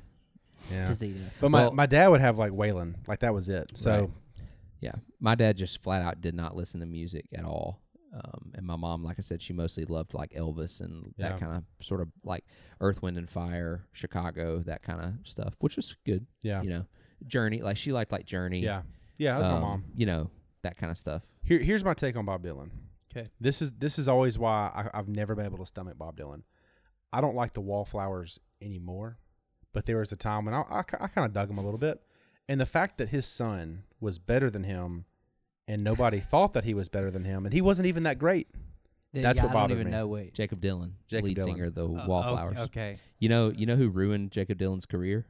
Speaker 3: Yeah.
Speaker 2: Tazita.
Speaker 3: but my,
Speaker 1: Well-
Speaker 3: my dad would have like Waylon like that was it so
Speaker 1: Right. Yeah, my dad just flat out did not listen to music at all. Um, and my mom, like I said, she mostly loved like Elvis and
Speaker 3: Yeah.
Speaker 1: that kind of sort of like Earth, Wind and Fire, Chicago, that kind of stuff, which was good.
Speaker 3: yeah
Speaker 1: You know, Journey, like she liked like Journey.
Speaker 3: yeah yeah that was my
Speaker 1: um,
Speaker 3: mom
Speaker 1: You know that kind of stuff.
Speaker 3: Here, here's my take on Bob Dylan.
Speaker 2: 'Kay.
Speaker 3: This is this is always why I, I've never been able to stomach Bob Dylan. I don't like the Wallflowers anymore, but there was a time when I I, kind of dug him a little bit, and the fact that his son was better than him, and nobody thought that he was better than him, and he wasn't even that great. That's
Speaker 2: yeah,
Speaker 3: what
Speaker 2: I don't
Speaker 3: bothered
Speaker 2: even
Speaker 3: me.
Speaker 2: know. Wait.
Speaker 1: Jacob Dylan,
Speaker 3: Jacob
Speaker 1: lead
Speaker 3: Dylan.
Speaker 1: singer of the
Speaker 2: Oh,
Speaker 1: Wallflowers.
Speaker 2: Okay. okay.
Speaker 1: You know, you know who ruined Jacob Dylan's career?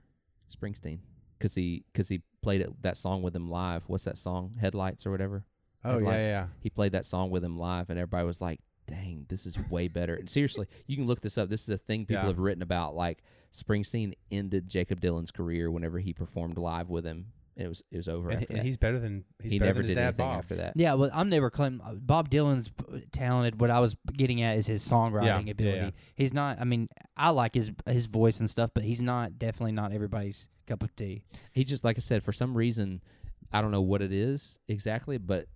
Speaker 1: Springsteen, because he because he played it, that song with him live. What's that song? Headlights or whatever. Oh, yeah,
Speaker 3: yeah.
Speaker 1: he played that song with him live, and everybody was like, dang, this is way better. And seriously, you can look this up. This is a thing people
Speaker 3: Yeah.
Speaker 1: have written about. Like Springsteen ended Jacob Dylan's career whenever he performed live with him. And it was it was over.
Speaker 3: And,
Speaker 1: after
Speaker 3: and
Speaker 1: that.
Speaker 3: he's better than he's
Speaker 1: he
Speaker 3: better
Speaker 1: never
Speaker 3: than his
Speaker 1: did
Speaker 3: dad
Speaker 1: anything
Speaker 3: Bob.
Speaker 1: after that.
Speaker 2: Yeah, well, I'm never claiming Bob Dylan's p- talented. What I was getting at is his songwriting
Speaker 3: Yeah, yeah,
Speaker 2: ability.
Speaker 3: yeah.
Speaker 2: He's not. I mean, I like his his voice and stuff, but he's not definitely not everybody's cup of tea.
Speaker 1: He just like I said, for some reason, I don't know what it is exactly, but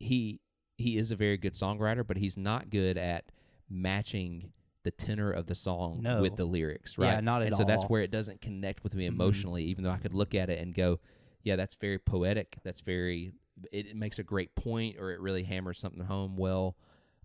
Speaker 1: he he is a very good songwriter, but he's not good at matching the tenor of the song
Speaker 2: No.
Speaker 1: with the lyrics,
Speaker 2: Yeah,
Speaker 1: right?
Speaker 2: not at
Speaker 1: and so that's
Speaker 2: all. Mm-hmm.
Speaker 1: where it doesn't connect with me emotionally, even though I could look at it and go, Yeah, that's very poetic. That's very it, it makes a great point or it really hammers something home well,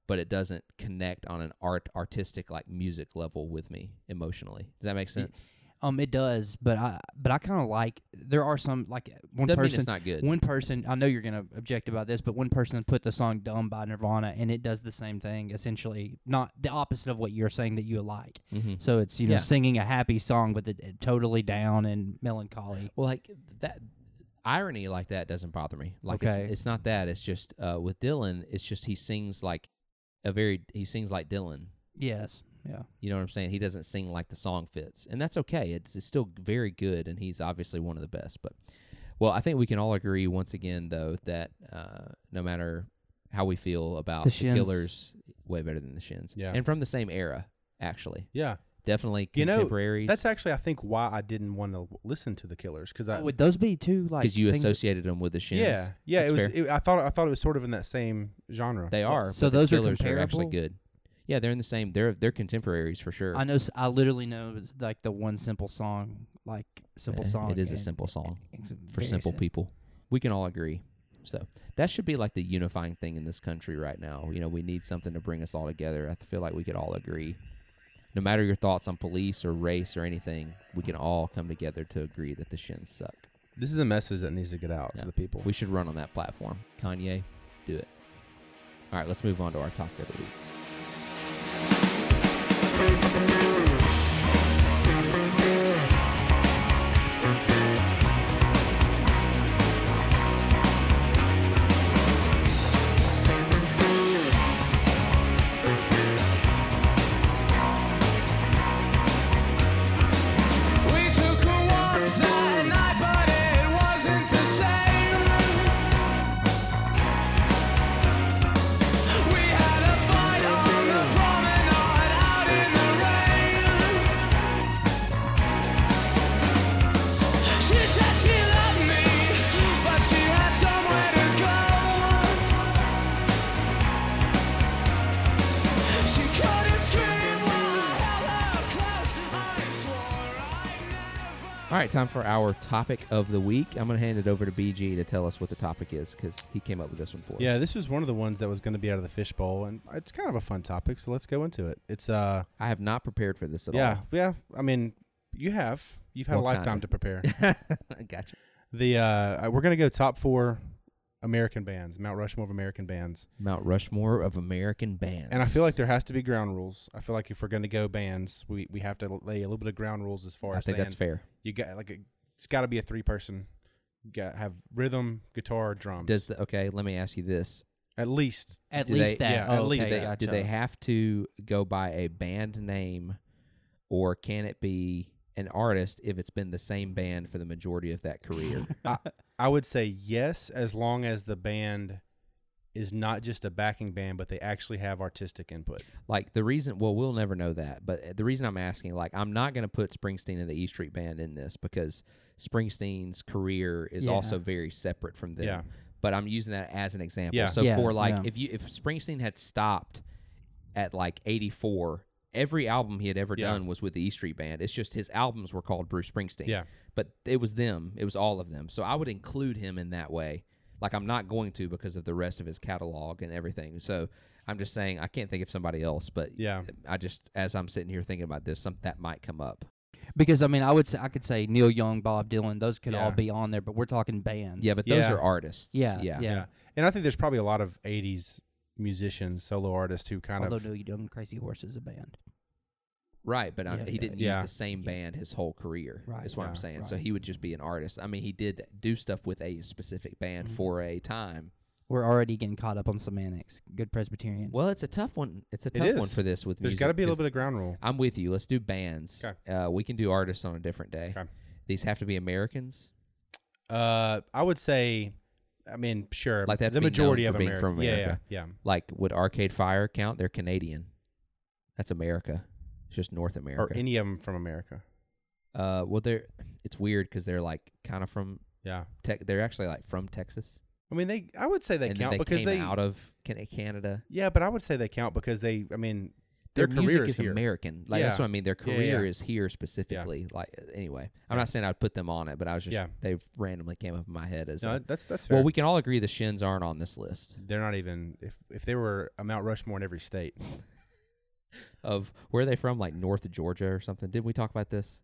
Speaker 1: but it doesn't connect on an art artistic like music level with me emotionally. Does that make sense?
Speaker 2: Um, it does, but I but I kind of like there are some like one
Speaker 1: Doesn't mean
Speaker 2: person
Speaker 1: it's not good.
Speaker 2: One person, I know you're going to object about this, but one person put the song "Dumb" by Nirvana, and it does the same thing, essentially, not the opposite of what you're saying that you like.
Speaker 1: mm-hmm.
Speaker 2: So it's you know
Speaker 1: Yeah.
Speaker 2: singing a happy song, but it, totally down and melancholy.
Speaker 1: Well, like that irony like that doesn't bother me. Like it's-
Speaker 2: Okay.
Speaker 1: it's, not that. It's just uh, with Dylan, it's just he sings like a very he sings like Dylan.
Speaker 2: Yes, yeah,
Speaker 1: You know what I'm saying? He doesn't sing like the song fits, and that's okay. It's it's still very good, and he's obviously one of the best. But well, I think we can all agree once again though that uh, no matter how we feel about
Speaker 2: The
Speaker 1: the,
Speaker 2: Shins.
Speaker 1: Killers, way better than the Shins.
Speaker 3: Yeah.
Speaker 1: and from the same era, actually,
Speaker 3: Yeah,
Speaker 1: definitely
Speaker 3: You know,
Speaker 1: contemporaries.
Speaker 3: that's actually I think why I didn't want to listen to the Killers because I
Speaker 2: would those be two like
Speaker 1: because you
Speaker 2: things-
Speaker 1: associated them with the Shins.
Speaker 3: yeah yeah
Speaker 1: That's
Speaker 3: it was
Speaker 1: fair.
Speaker 3: it, I thought I thought it was sort of in that same genre.
Speaker 1: They are.
Speaker 2: so
Speaker 1: but the
Speaker 2: those are
Speaker 1: Killers actually
Speaker 2: comparable?
Speaker 1: good. Yeah, they're in the same. They're they're contemporaries for sure.
Speaker 2: I know. s- I literally know like the one simple song, like simple
Speaker 1: Eh,
Speaker 2: song.
Speaker 1: It is a
Speaker 2: and-
Speaker 1: simple song
Speaker 2: it's
Speaker 1: for
Speaker 2: very
Speaker 1: simple
Speaker 2: sim-
Speaker 1: people. We can all agree. So that should be like the unifying thing in this country right now. You know, we need something to bring us all together. I feel like we could all agree. No matter your thoughts on police or race or anything, we can all come together to agree that the shins suck.
Speaker 3: This is a message that needs to get out
Speaker 1: Yeah.
Speaker 3: to the people.
Speaker 1: We should run on that platform. Kanye, do it. All right, let's move on to our talk of the week.
Speaker 5: We took a walk that night, but it wasn't the same. We had a fight on the promenade out in the rain. She said she loved me, but she had somewhere to go. She couldn't scream while I held her close. I swore I never.
Speaker 1: All right, time for our topic of the week. I'm going to hand it over to BG to tell us what the topic is because he came up with this one for us.
Speaker 3: Yeah, this was one of the ones that was going to be out of the fishbowl, and it's kind of a fun topic. So let's go into it. It's uh,
Speaker 1: I have not prepared for this at
Speaker 3: yeah, yeah. I mean, you have you've had a
Speaker 1: Well,
Speaker 3: lifetime
Speaker 1: kinda.
Speaker 3: to prepare.
Speaker 1: all. I gotcha.
Speaker 3: the uh, we're going to go top four American bands, Mount Rushmore of American bands,
Speaker 1: Mount Rushmore of American bands.
Speaker 3: and I feel like there has to be ground rules. I feel like if we're going to go bands, we we have to lay a little bit of ground rules as far
Speaker 1: I
Speaker 3: as
Speaker 1: think
Speaker 3: saying
Speaker 1: that's fair.
Speaker 3: you got like a, it's got to be a three person. You got have rhythm, guitar, drums.
Speaker 1: Does the okay? Let me ask you this:
Speaker 3: at least
Speaker 2: At
Speaker 1: Do
Speaker 2: least
Speaker 1: they-
Speaker 2: that.
Speaker 3: yeah,
Speaker 2: oh,
Speaker 3: at least
Speaker 1: Do
Speaker 2: okay,
Speaker 1: they,
Speaker 2: gotcha.
Speaker 1: do they have to go by a band name, or can it be an artist if it's been the same band for the majority of that career?
Speaker 3: I would say yes, as long as the band is not just a backing band, but they actually have artistic input.
Speaker 1: like the reason well we'll never know that but eh, the reason i'm asking like i'm not going to put springsteen and the e street band in this because springsteen's career is
Speaker 2: Yeah.
Speaker 1: also very separate from them
Speaker 3: Yeah.
Speaker 1: but i'm using that as an example
Speaker 3: Yeah.
Speaker 1: so
Speaker 2: Yeah,
Speaker 1: for like
Speaker 2: yeah.
Speaker 1: if you if springsteen had stopped at like 84 every album he had ever
Speaker 3: Yeah.
Speaker 1: done was with the e street band it's just his albums were called bruce springsteen
Speaker 3: Yeah.
Speaker 1: but it was them it was all of them so i would include him in that way like i'm not going to because of the rest of his catalog and everything so i'm just saying i can't think of somebody else but
Speaker 3: Yeah.
Speaker 1: i just as i'm sitting here thinking about this some that might come up
Speaker 2: because I mean, I would say I could say Neil Young, Bob Dylan, those could all
Speaker 3: Yeah.
Speaker 2: be on there, but we're talking bands.
Speaker 1: yeah but those
Speaker 3: Yeah.
Speaker 1: are artists
Speaker 2: yeah,
Speaker 1: yeah
Speaker 2: yeah.
Speaker 3: And I think there's probably a lot of 80s musicians, solo artists who kind
Speaker 2: Although
Speaker 3: of.
Speaker 2: Neil Young, Crazy Horse is a band.
Speaker 1: right but I,
Speaker 2: Yeah,
Speaker 1: he
Speaker 2: yeah,
Speaker 1: didn't
Speaker 3: yeah.
Speaker 1: use the same band his whole career
Speaker 2: Right,
Speaker 1: is what i'm
Speaker 3: yeah,
Speaker 1: saying so
Speaker 2: right.
Speaker 1: Mm-hmm. he would just be an artist i mean he did do stuff with a specific band for a time
Speaker 2: We're already getting caught up on semantics. Good Presbyterians.
Speaker 1: Well, it's a tough one. It's a
Speaker 3: It
Speaker 1: tough one
Speaker 3: is.
Speaker 1: for this with
Speaker 3: There's
Speaker 1: music
Speaker 3: got to be a
Speaker 1: 'cause
Speaker 3: little bit of ground rule.
Speaker 1: I'm with you. Let's do bands.
Speaker 3: 'Kay.
Speaker 1: Uh, we can do artists on a different day.
Speaker 3: 'Kay.
Speaker 1: These have to be Americans.
Speaker 3: Uh, I would say, I mean, sure,
Speaker 1: Like, they have
Speaker 3: the
Speaker 1: to be known
Speaker 3: majority
Speaker 1: for
Speaker 3: of
Speaker 1: being
Speaker 3: Ameri-
Speaker 1: from America.
Speaker 3: Yeah, yeah,
Speaker 1: Like, would Arcade Fire count? They're Canadian. That's America. It's just North
Speaker 3: yeah.
Speaker 1: America.
Speaker 3: or any of them from America.
Speaker 1: uh, well, they're it's weird because they're like kind of from
Speaker 3: Yeah,
Speaker 1: tech. They're actually like from Texas,
Speaker 3: I mean, they. I would say they
Speaker 1: and then
Speaker 3: count
Speaker 1: they
Speaker 3: because
Speaker 1: came
Speaker 3: they.
Speaker 1: out of Can- Canada.
Speaker 3: yeah, but I would say they count because they. I mean, their,
Speaker 1: music
Speaker 3: career
Speaker 1: is,
Speaker 3: is here.
Speaker 1: American. Like that's
Speaker 3: Yeah.
Speaker 1: what I mean. Their
Speaker 3: Yeah, yeah,
Speaker 1: career
Speaker 3: yeah.
Speaker 1: is here specifically. Like uh, anyway, I'm
Speaker 3: Yeah.
Speaker 1: not saying I'd put them on it, but I was just
Speaker 3: Yeah.
Speaker 1: they randomly came up in my head as
Speaker 3: No,
Speaker 1: a-
Speaker 3: that's that's fair.
Speaker 1: well. We can all agree the Shins aren't on this list
Speaker 3: They're not even if if they were a Mount Rushmore in every state.
Speaker 1: of where are they from, like North Georgia or something. Didn't we talk about this?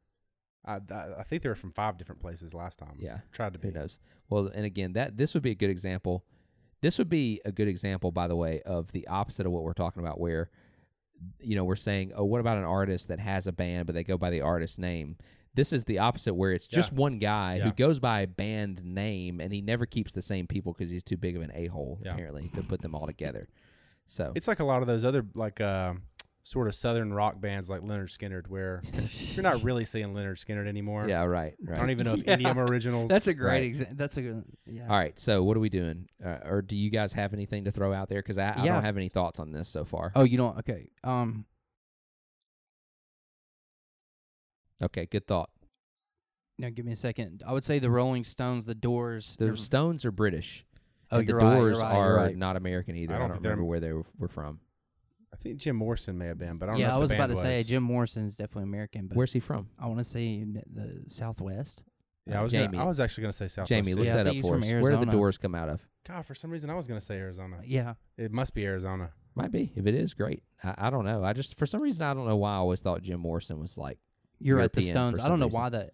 Speaker 3: I, I I think they were from five different places last time.
Speaker 1: Yeah.
Speaker 3: tried to be.
Speaker 1: Who knows? Well, and again, that this would be a good example. This would be a good example, by the way, of the opposite of what we're talking about, where you know we're saying, oh, what about an artist that has a band but they go by the artist name? This is the opposite, where it's just
Speaker 3: Yeah.
Speaker 1: one guy who
Speaker 3: Yeah.
Speaker 1: goes by a band name and he never keeps the same people because he's too big of an a hole
Speaker 3: Yeah.
Speaker 1: apparently to put them all together. So
Speaker 3: It's like a lot of those other like uh, sort of southern rock bands like Leonard Skinner, where you're not really seeing Leonard Skinner anymore.
Speaker 1: yeah, right, right.
Speaker 3: I don't even know if any of them are originals.
Speaker 2: that's a great
Speaker 1: Right.
Speaker 2: example. That's a good. Yeah.
Speaker 1: all right, so what are we doing? Uh, or do you guys have anything to throw out there? Because I, I
Speaker 2: Yeah.
Speaker 1: don't have any thoughts on this so far.
Speaker 2: Oh, you don't. Okay. Um.
Speaker 1: Okay, good thought.
Speaker 2: Now give me a second. I would say the Rolling Stones, the Doors.
Speaker 1: The
Speaker 2: they're-
Speaker 1: Stones are British. but
Speaker 2: oh,
Speaker 1: the
Speaker 2: you're right, you're
Speaker 1: Doors
Speaker 2: right,
Speaker 1: are
Speaker 2: you're right.
Speaker 1: not American either. I
Speaker 3: I
Speaker 1: don't,
Speaker 3: don't think they're-
Speaker 1: remember where they were, were from.
Speaker 3: I think Jim Morrison may have been, but I don't
Speaker 2: Yeah,
Speaker 3: know.
Speaker 2: I
Speaker 3: if
Speaker 2: was
Speaker 3: the
Speaker 2: about
Speaker 3: band
Speaker 2: to say
Speaker 3: was.
Speaker 2: Jim Morrison's definitely American, but
Speaker 1: Where's he from?
Speaker 2: I want to say the- the Southwest.
Speaker 3: Yeah,
Speaker 1: Uh,
Speaker 3: I was. gonna-
Speaker 1: Jamie.
Speaker 3: I was actually going to say South.
Speaker 1: Jamie, look
Speaker 2: Oh, Yeah, I
Speaker 1: that
Speaker 2: think
Speaker 1: up
Speaker 2: he's
Speaker 1: for
Speaker 2: from
Speaker 1: us. Where do the
Speaker 2: Arizona.
Speaker 1: Doors come out of?
Speaker 3: God, for some reason, I was going to say Arizona.
Speaker 2: Yeah.
Speaker 3: It must be Arizona.
Speaker 1: Might be. If it is, great. I, I don't know. I just for some reason I don't know why I always thought Jim Morrison was like.
Speaker 2: You're right. The
Speaker 1: European for
Speaker 2: Stones. I
Speaker 1: some
Speaker 2: don't know
Speaker 1: reason.
Speaker 2: why that.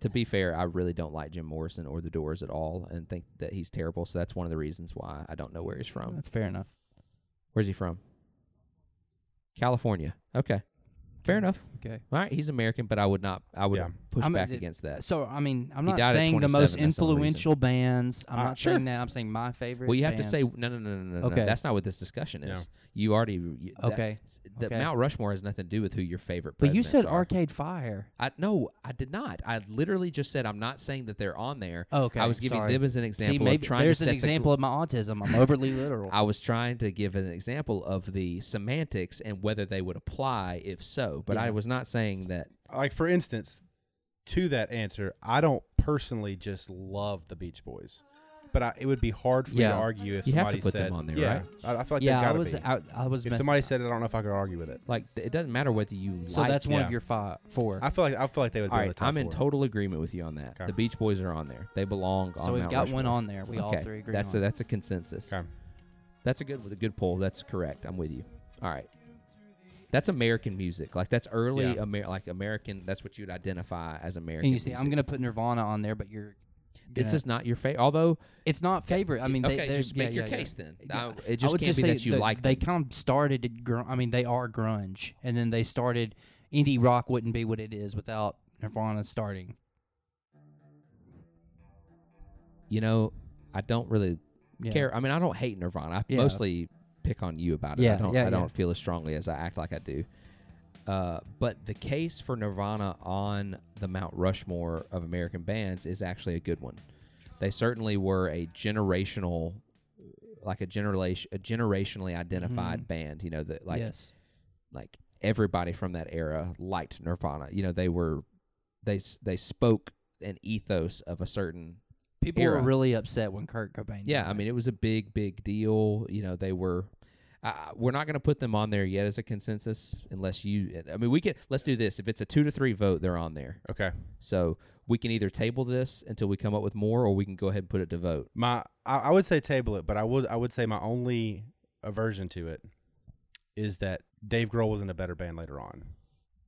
Speaker 1: To be fair, I really don't like Jim Morrison or the Doors at all, and think that he's terrible. So that's one of the reasons why I don't know where he's from.
Speaker 2: That's fair enough.
Speaker 1: Where's he from? California. Okay, fair enough.
Speaker 2: Okay.
Speaker 1: All right, he's American, but I would not. I would
Speaker 3: Yeah.
Speaker 1: push
Speaker 2: I'm-
Speaker 1: back
Speaker 2: th-
Speaker 1: against that.
Speaker 2: Uh, So I mean, I'm
Speaker 1: He
Speaker 2: not
Speaker 1: died at
Speaker 2: saying the most
Speaker 1: 27, that's the only reason. Ah,
Speaker 2: influential bands. I'm
Speaker 3: Uh,
Speaker 2: not
Speaker 3: sure.
Speaker 2: saying that. I'm saying my favorite.
Speaker 1: Well, you have to say
Speaker 2: bands.
Speaker 1: no, no, no, no, no, no.
Speaker 2: Okay.
Speaker 1: That's not what this discussion is.
Speaker 3: No.
Speaker 1: You already you, that-
Speaker 2: Okay.
Speaker 1: s- The
Speaker 2: Okay.
Speaker 1: Mount Rushmore has nothing to do with who your favorite.
Speaker 2: But you
Speaker 1: presidents
Speaker 2: said
Speaker 1: are.
Speaker 2: Arcade Fire.
Speaker 1: I no, I did not. I literally just said I'm not saying that they're on there.
Speaker 2: Oh, okay.
Speaker 1: I was giving
Speaker 2: Sorry.
Speaker 1: them as an example
Speaker 2: See,
Speaker 1: of
Speaker 2: maybe
Speaker 1: trying
Speaker 2: there's
Speaker 1: to set
Speaker 2: an
Speaker 1: the gr-
Speaker 2: example of my autism. I'm overly literal.
Speaker 1: I was trying to give an example of the semantics and whether they would apply if so. But I
Speaker 2: Yeah.
Speaker 1: was not saying that.
Speaker 3: Like for instance, to that answer, I don't personally just love the Beach Boys, but I, it would be hard for me
Speaker 2: Yeah.
Speaker 3: to argue if
Speaker 1: You have to
Speaker 3: somebody
Speaker 1: put them
Speaker 3: said
Speaker 1: on there,
Speaker 3: Yeah,
Speaker 1: right?
Speaker 3: I, I feel like
Speaker 2: yeah,
Speaker 3: they
Speaker 2: I
Speaker 3: gotta
Speaker 2: was.
Speaker 3: be.
Speaker 2: I, I was.
Speaker 3: if
Speaker 2: messing
Speaker 3: somebody
Speaker 2: up.
Speaker 3: said it, I don't know if I could argue with it.
Speaker 1: Like th- it doesn't matter whether you.
Speaker 2: so
Speaker 1: like
Speaker 2: that's one of
Speaker 3: yeah.
Speaker 2: your five, four.
Speaker 3: I feel like I feel like they would.
Speaker 1: All
Speaker 3: be in
Speaker 1: right,
Speaker 3: the top
Speaker 1: I'm in
Speaker 3: four.
Speaker 1: total agreement with you on that.
Speaker 3: Okay.
Speaker 1: The Beach Boys are on there. They belong on.
Speaker 2: so we've
Speaker 1: Mount
Speaker 2: got one
Speaker 1: Rushmore.
Speaker 2: on there. We all three agree.
Speaker 1: That's
Speaker 2: on.
Speaker 1: a that's a consensus.
Speaker 3: Okay.
Speaker 1: That's a good with a good poll. That's correct. I'm with you. All right. That's American music. Like that's early
Speaker 3: Yeah.
Speaker 1: Amer- like American. That's what you'd identify as American.
Speaker 2: And you see,
Speaker 1: music.
Speaker 2: I'm gonna put Nirvana on there, but you're.
Speaker 1: This
Speaker 2: gonna-
Speaker 1: is not your favorite. Although,
Speaker 2: It's not favorite. I mean, they,
Speaker 1: okay,
Speaker 2: they're-
Speaker 1: just make
Speaker 2: yeah,
Speaker 1: your
Speaker 2: yeah, yeah.
Speaker 1: case then.
Speaker 2: Yeah.
Speaker 1: I, it
Speaker 2: I
Speaker 1: just
Speaker 2: would
Speaker 1: can't
Speaker 2: just
Speaker 1: be
Speaker 2: say
Speaker 1: that you
Speaker 2: the-
Speaker 1: like.
Speaker 2: They
Speaker 1: them.
Speaker 2: kind of started. At gr- I mean, they are grunge, and then they started. Indie rock wouldn't be what it is without Nirvana starting.
Speaker 1: you know, I don't really
Speaker 2: Yeah.
Speaker 1: care. I mean, I don't hate Nirvana. I
Speaker 2: Yeah.
Speaker 1: mostly pick on you about it. I
Speaker 2: Yeah,
Speaker 1: don't.
Speaker 2: yeah,
Speaker 1: I
Speaker 2: yeah.
Speaker 1: don't feel as strongly as I act like I do. Uh, but the case for Nirvana on the Mount Rushmore of American bands is actually a good one. They certainly were a generational, like a generation, a generationally identified band. You know that like
Speaker 2: Mm-hmm. yes.
Speaker 1: like everybody from that era liked Nirvana. You know they were, they s- they spoke an ethos of a certain
Speaker 2: People
Speaker 1: era.
Speaker 2: were really upset when Kurt Cobain.
Speaker 1: yeah,
Speaker 2: died.
Speaker 1: I mean, it was a big, big deal. You know, they were. Uh, we're not going to put them on there yet as a consensus, unless you. uh, I mean, we could. Let's do this. If it's a two to three vote, they're on there.
Speaker 3: Okay.
Speaker 1: So we can either table this until we come up with more, or we can go ahead and put it to vote.
Speaker 3: My I, I would say table it, but I would I would say my only aversion to it is that Dave Grohl was in a better band later on.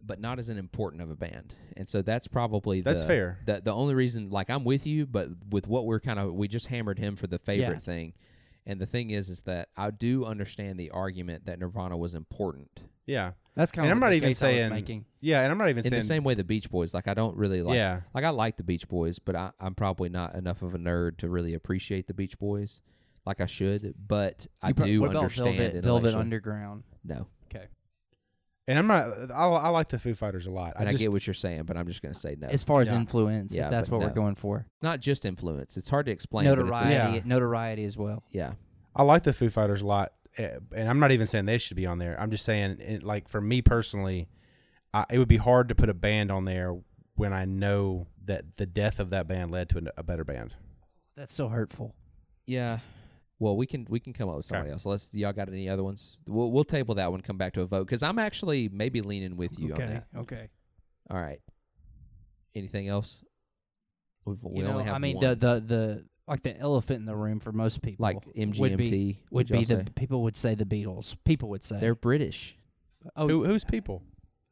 Speaker 1: But not as an important of a band, and so that's probably
Speaker 3: That's
Speaker 1: the-
Speaker 3: fair.
Speaker 1: The the only reason, like, I'm with you, but with what we're kind of we just hammered him for the favorite
Speaker 2: Yeah.
Speaker 1: thing, and the thing is, is that I do understand the argument that Nirvana was important.
Speaker 3: Yeah.
Speaker 2: that's kind
Speaker 3: and
Speaker 2: of.
Speaker 3: I'm not
Speaker 2: the
Speaker 3: even
Speaker 2: case I was
Speaker 3: saying
Speaker 2: making.
Speaker 3: Yeah, and I'm not even
Speaker 1: in
Speaker 3: saying
Speaker 1: the same way the Beach Boys. Like I don't really like.
Speaker 3: Yeah.
Speaker 1: Like I like the Beach Boys, but I, I'm probably not enough of a nerd to really appreciate the Beach Boys. like I should, but I
Speaker 2: You prob-
Speaker 1: do
Speaker 2: what about
Speaker 1: understand
Speaker 2: Velvet, Velvet
Speaker 1: intellectual-
Speaker 2: Underground?
Speaker 1: No,
Speaker 3: And I'm not. I, I like the Foo Fighters a lot.
Speaker 1: and I,
Speaker 3: I just
Speaker 1: get what you're saying, but I'm just gonna say no.
Speaker 2: As far as
Speaker 3: Yeah.
Speaker 2: influence,
Speaker 1: Yeah,
Speaker 2: if that's
Speaker 1: but
Speaker 2: what
Speaker 1: no.
Speaker 2: we're going for,
Speaker 1: not just influence. It's hard to explain. but it's-
Speaker 2: notoriety,
Speaker 3: Yeah.
Speaker 2: notoriety as well.
Speaker 1: yeah,
Speaker 3: I like the Foo Fighters a lot, eh, and I'm not even saying they should be on there. I'm just saying, it, like for me personally, I, it would be hard to put a band on there when I know that the death of that band led to an- a better band.
Speaker 2: That's so hurtful.
Speaker 1: yeah. Well, we can we can come up with somebody else. Let's y'all got any other ones? We'll we'll table that one. Come back to a vote because I'm actually maybe leaning with you on that.
Speaker 2: okay.
Speaker 1: All right. Anything else? We've, we
Speaker 2: you know,
Speaker 1: only have
Speaker 2: I mean,
Speaker 1: one.
Speaker 2: the the the like the elephant in the room for most people,
Speaker 1: like MGMT
Speaker 2: would be, would
Speaker 1: y'all
Speaker 2: be the uh,
Speaker 1: say?
Speaker 2: people would say the Beatles. People would say
Speaker 1: they're British.
Speaker 2: Oh,
Speaker 3: Who, who's people?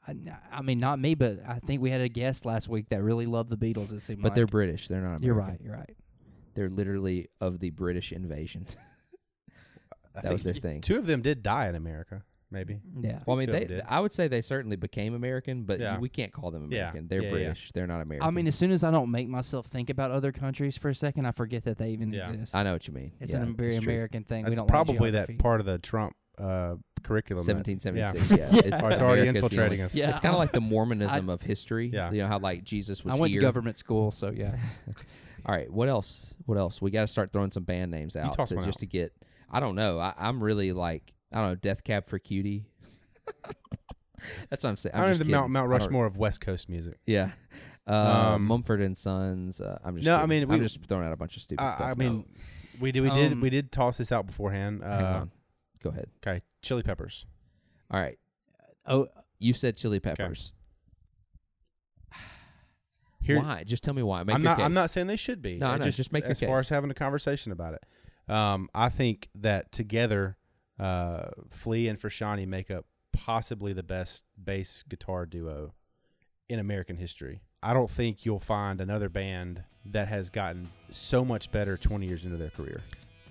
Speaker 2: I, I mean, not me, but I think we had a guest last week that really loved the Beatles. It seemed
Speaker 1: But
Speaker 2: like.
Speaker 1: they're British. They're not. American.
Speaker 2: you're right. You're right.
Speaker 1: They're literally of the British invasion.
Speaker 3: I
Speaker 1: that was their
Speaker 3: think
Speaker 1: thing.
Speaker 3: Two of them did die in America, maybe.
Speaker 2: Yeah.
Speaker 1: Well, I mean,
Speaker 3: two of
Speaker 1: they.
Speaker 3: them did.
Speaker 1: I would say they certainly became American, but
Speaker 3: Yeah.
Speaker 1: we can't call them
Speaker 3: Yeah.
Speaker 1: American. They're
Speaker 3: Yeah, yeah, yeah.
Speaker 1: British. They're not American.
Speaker 2: I mean, as soon as I don't make myself think about other countries for a second, I forget that they even
Speaker 3: Yeah.
Speaker 2: exist.
Speaker 1: I know what you mean.
Speaker 2: it's
Speaker 1: yeah,
Speaker 2: an very
Speaker 1: true.
Speaker 2: American thing. we
Speaker 3: That's
Speaker 2: don't
Speaker 3: probably
Speaker 2: like
Speaker 3: that part of the Trump uh, curriculum. that-
Speaker 1: 1776.
Speaker 2: Yeah.
Speaker 1: Yeah,
Speaker 2: Yeah.
Speaker 3: Or it's already
Speaker 1: America's the
Speaker 3: infiltrating
Speaker 1: only-
Speaker 3: us.
Speaker 2: Yeah.
Speaker 1: It's kind of like the Mormonism of history.
Speaker 3: Yeah.
Speaker 1: you know how like Jesus was
Speaker 2: I went
Speaker 1: here.
Speaker 2: to government school, so yeah.
Speaker 1: All right, what else? What else? We got to start throwing some band names out
Speaker 3: toss
Speaker 1: to-
Speaker 3: one
Speaker 1: just
Speaker 3: out.
Speaker 1: to get. I don't know. I, I'm really like I don't know. Death Cab for Cutie. That's what I'm saying.
Speaker 3: I
Speaker 1: I'm
Speaker 3: don't know
Speaker 1: just
Speaker 3: the
Speaker 1: kidding.
Speaker 3: Mount, Mount
Speaker 1: I don't-
Speaker 3: Rushmore of West Coast music.
Speaker 1: Yeah. Uh,
Speaker 3: Um,
Speaker 1: Mumford and Sons. Uh, I'm just
Speaker 3: No, I
Speaker 1: kidding.
Speaker 3: mean, we-
Speaker 1: I'm just throwing out a bunch of stupid
Speaker 3: I,
Speaker 1: stuff.
Speaker 3: I
Speaker 1: No.
Speaker 3: mean, we did we did
Speaker 2: Um,
Speaker 3: we did toss this out beforehand.
Speaker 1: hang
Speaker 3: Uh,
Speaker 1: on. Go ahead.
Speaker 3: okay, Chili Peppers.
Speaker 1: All right,
Speaker 2: Oh,
Speaker 1: you said Chili Peppers.
Speaker 3: Here-
Speaker 1: why? Just tell me why. Make
Speaker 3: I'm
Speaker 1: your
Speaker 3: not. I'm
Speaker 1: case.
Speaker 3: not saying they should be.
Speaker 1: No,
Speaker 3: I
Speaker 1: no, just make your
Speaker 3: as far
Speaker 1: case.
Speaker 3: as having a conversation about it. Um, I think that together, uh, Flea and Frashani make up possibly the best bass guitar duo in American history. I don't think you'll find another band that has gotten so much better 20 years into their career